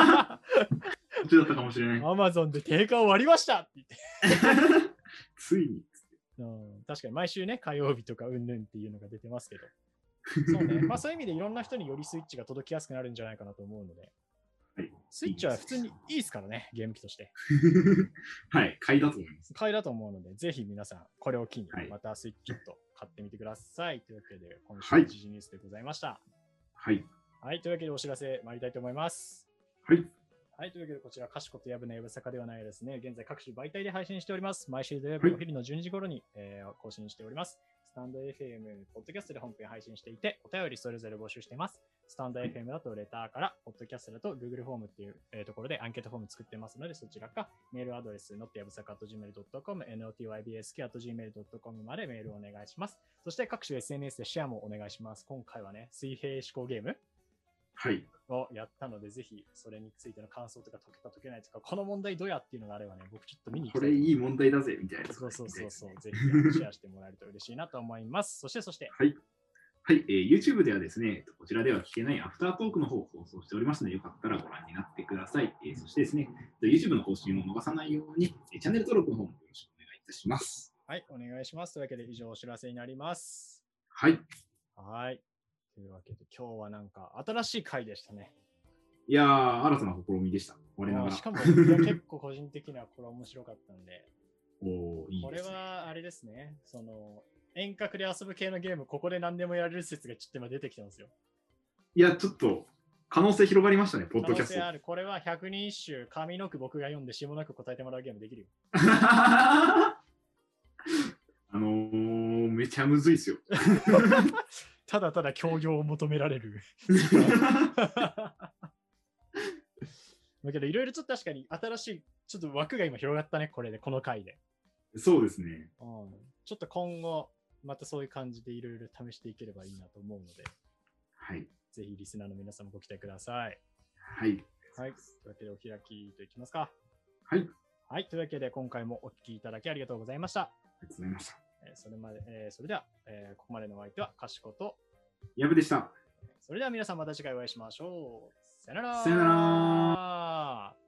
Speaker 1: っちだったかもしれない。
Speaker 2: ?Amazon で定価を割りましたって言って。
Speaker 1: ついに。
Speaker 2: うん、確かに毎週ね、火曜日とかうんぬんっていうのが出て ますけど。そうね。まあそういう意味でいろんな人によりスイッチが届きやすくなるんじゃないかなと思うので。
Speaker 1: はい
Speaker 2: スイッチは普通にいいですからね、ゲーム機として。
Speaker 1: はい、買いだと思います。
Speaker 2: 買いだと思うので、ぜひ皆さん、これを機に
Speaker 1: はい、
Speaker 2: またスイッチちょっと買ってみてください。というわけで、今週
Speaker 1: は
Speaker 2: の
Speaker 1: い
Speaker 2: 時事ニュースでございました。
Speaker 1: はい。
Speaker 2: はい、というわけでお知らせ参りたいと思います。
Speaker 1: はい。
Speaker 2: はい、というわけでこちら、かしことやぶのやぶさかではないですね。現在各種媒体で配信しております。毎週土曜日のお昼の12時頃に、えー更新しております。スタンド FM、ポッドキャストで本編配信していて、お便りそれぞれ募集しています。スタンド FM だとレターから、ポッドキャストだと Google フォームっていう、えーところでアンケートフォーム作ってますので、そちらか、メールアドレス、not やぶさか .gmail.com、notybsk.gmail.com までメールをお願いします。そして各種 SNS でシェアもお願いします。今回はね、水平思考ゲーム
Speaker 1: はい。
Speaker 2: をやったので、ぜひそれについての感想とか解けた解けないとか、この問題どうやっていうのがあればね、僕ちょっと見に
Speaker 1: こ
Speaker 2: た
Speaker 1: れいい問題だぜ、みたいなやつ
Speaker 2: そ
Speaker 1: が
Speaker 2: う
Speaker 1: ね。
Speaker 2: そうそうそう
Speaker 1: み、
Speaker 2: ぜひあのシェアしてもらえると嬉しいなと思います。そしてそして、
Speaker 1: たいですねはい。はい、えー YouTube ではですね、こちらでは聞けないアフタートークの方を放送しておりますので、よかったらご覧になってください。えーそしてですね、YouTube の更新を逃さないように、えーチャンネル登録の方もよろしくお願いいたします。
Speaker 2: はい、お願いします。というわけで以上お知らせになります。
Speaker 1: はい。
Speaker 2: はい。というわけで今日はなんか新しい回でしたね。
Speaker 1: いやー、新たな試みでした。我なが
Speaker 2: あ
Speaker 1: ら。
Speaker 2: しかもいや結構個人的にはこれ面白かったんで、
Speaker 1: おーいい
Speaker 2: こ
Speaker 1: で
Speaker 2: れ
Speaker 1: すね。
Speaker 2: はあれですね、その遠隔で遊ぶ系のゲーム、ここで何でもやれる説がちょっと今出てきてますよ。
Speaker 1: いや、ちょっと、可能性広がりましたね、ポッ
Speaker 2: 可
Speaker 1: ドキ
Speaker 2: 能
Speaker 1: ャス
Speaker 2: 性
Speaker 1: ト。
Speaker 2: ある。これは百人一首、上の句僕が読んで、下の句答えてもらうゲームできるよ。
Speaker 1: あのー、めちゃむずいっす よ。
Speaker 2: ただただ協業を求められる。だけど、いろいろちょっと確かに新しい、ちょっと枠が今広がったね、これで、この回で。
Speaker 1: そうですね。
Speaker 2: うん、ちょっと今後、またそういう感じでいろいろ試していければいいなと思うので、
Speaker 1: はい。
Speaker 2: ぜひリスナーの皆さんもご期待ください。
Speaker 1: はい。
Speaker 2: はい。というわけで、お開きといきますか。
Speaker 1: はい。あり
Speaker 2: はい。というわけで、今回もお聞きいただきありがとうございました。
Speaker 1: がとうございました。
Speaker 2: えーそれまで、えーそれでは、えーここまでのお相手は、かしこと、
Speaker 1: やぶでした。
Speaker 2: それでは皆さんまた次回お会いしましょう。さよなら。
Speaker 1: さよな
Speaker 2: ら。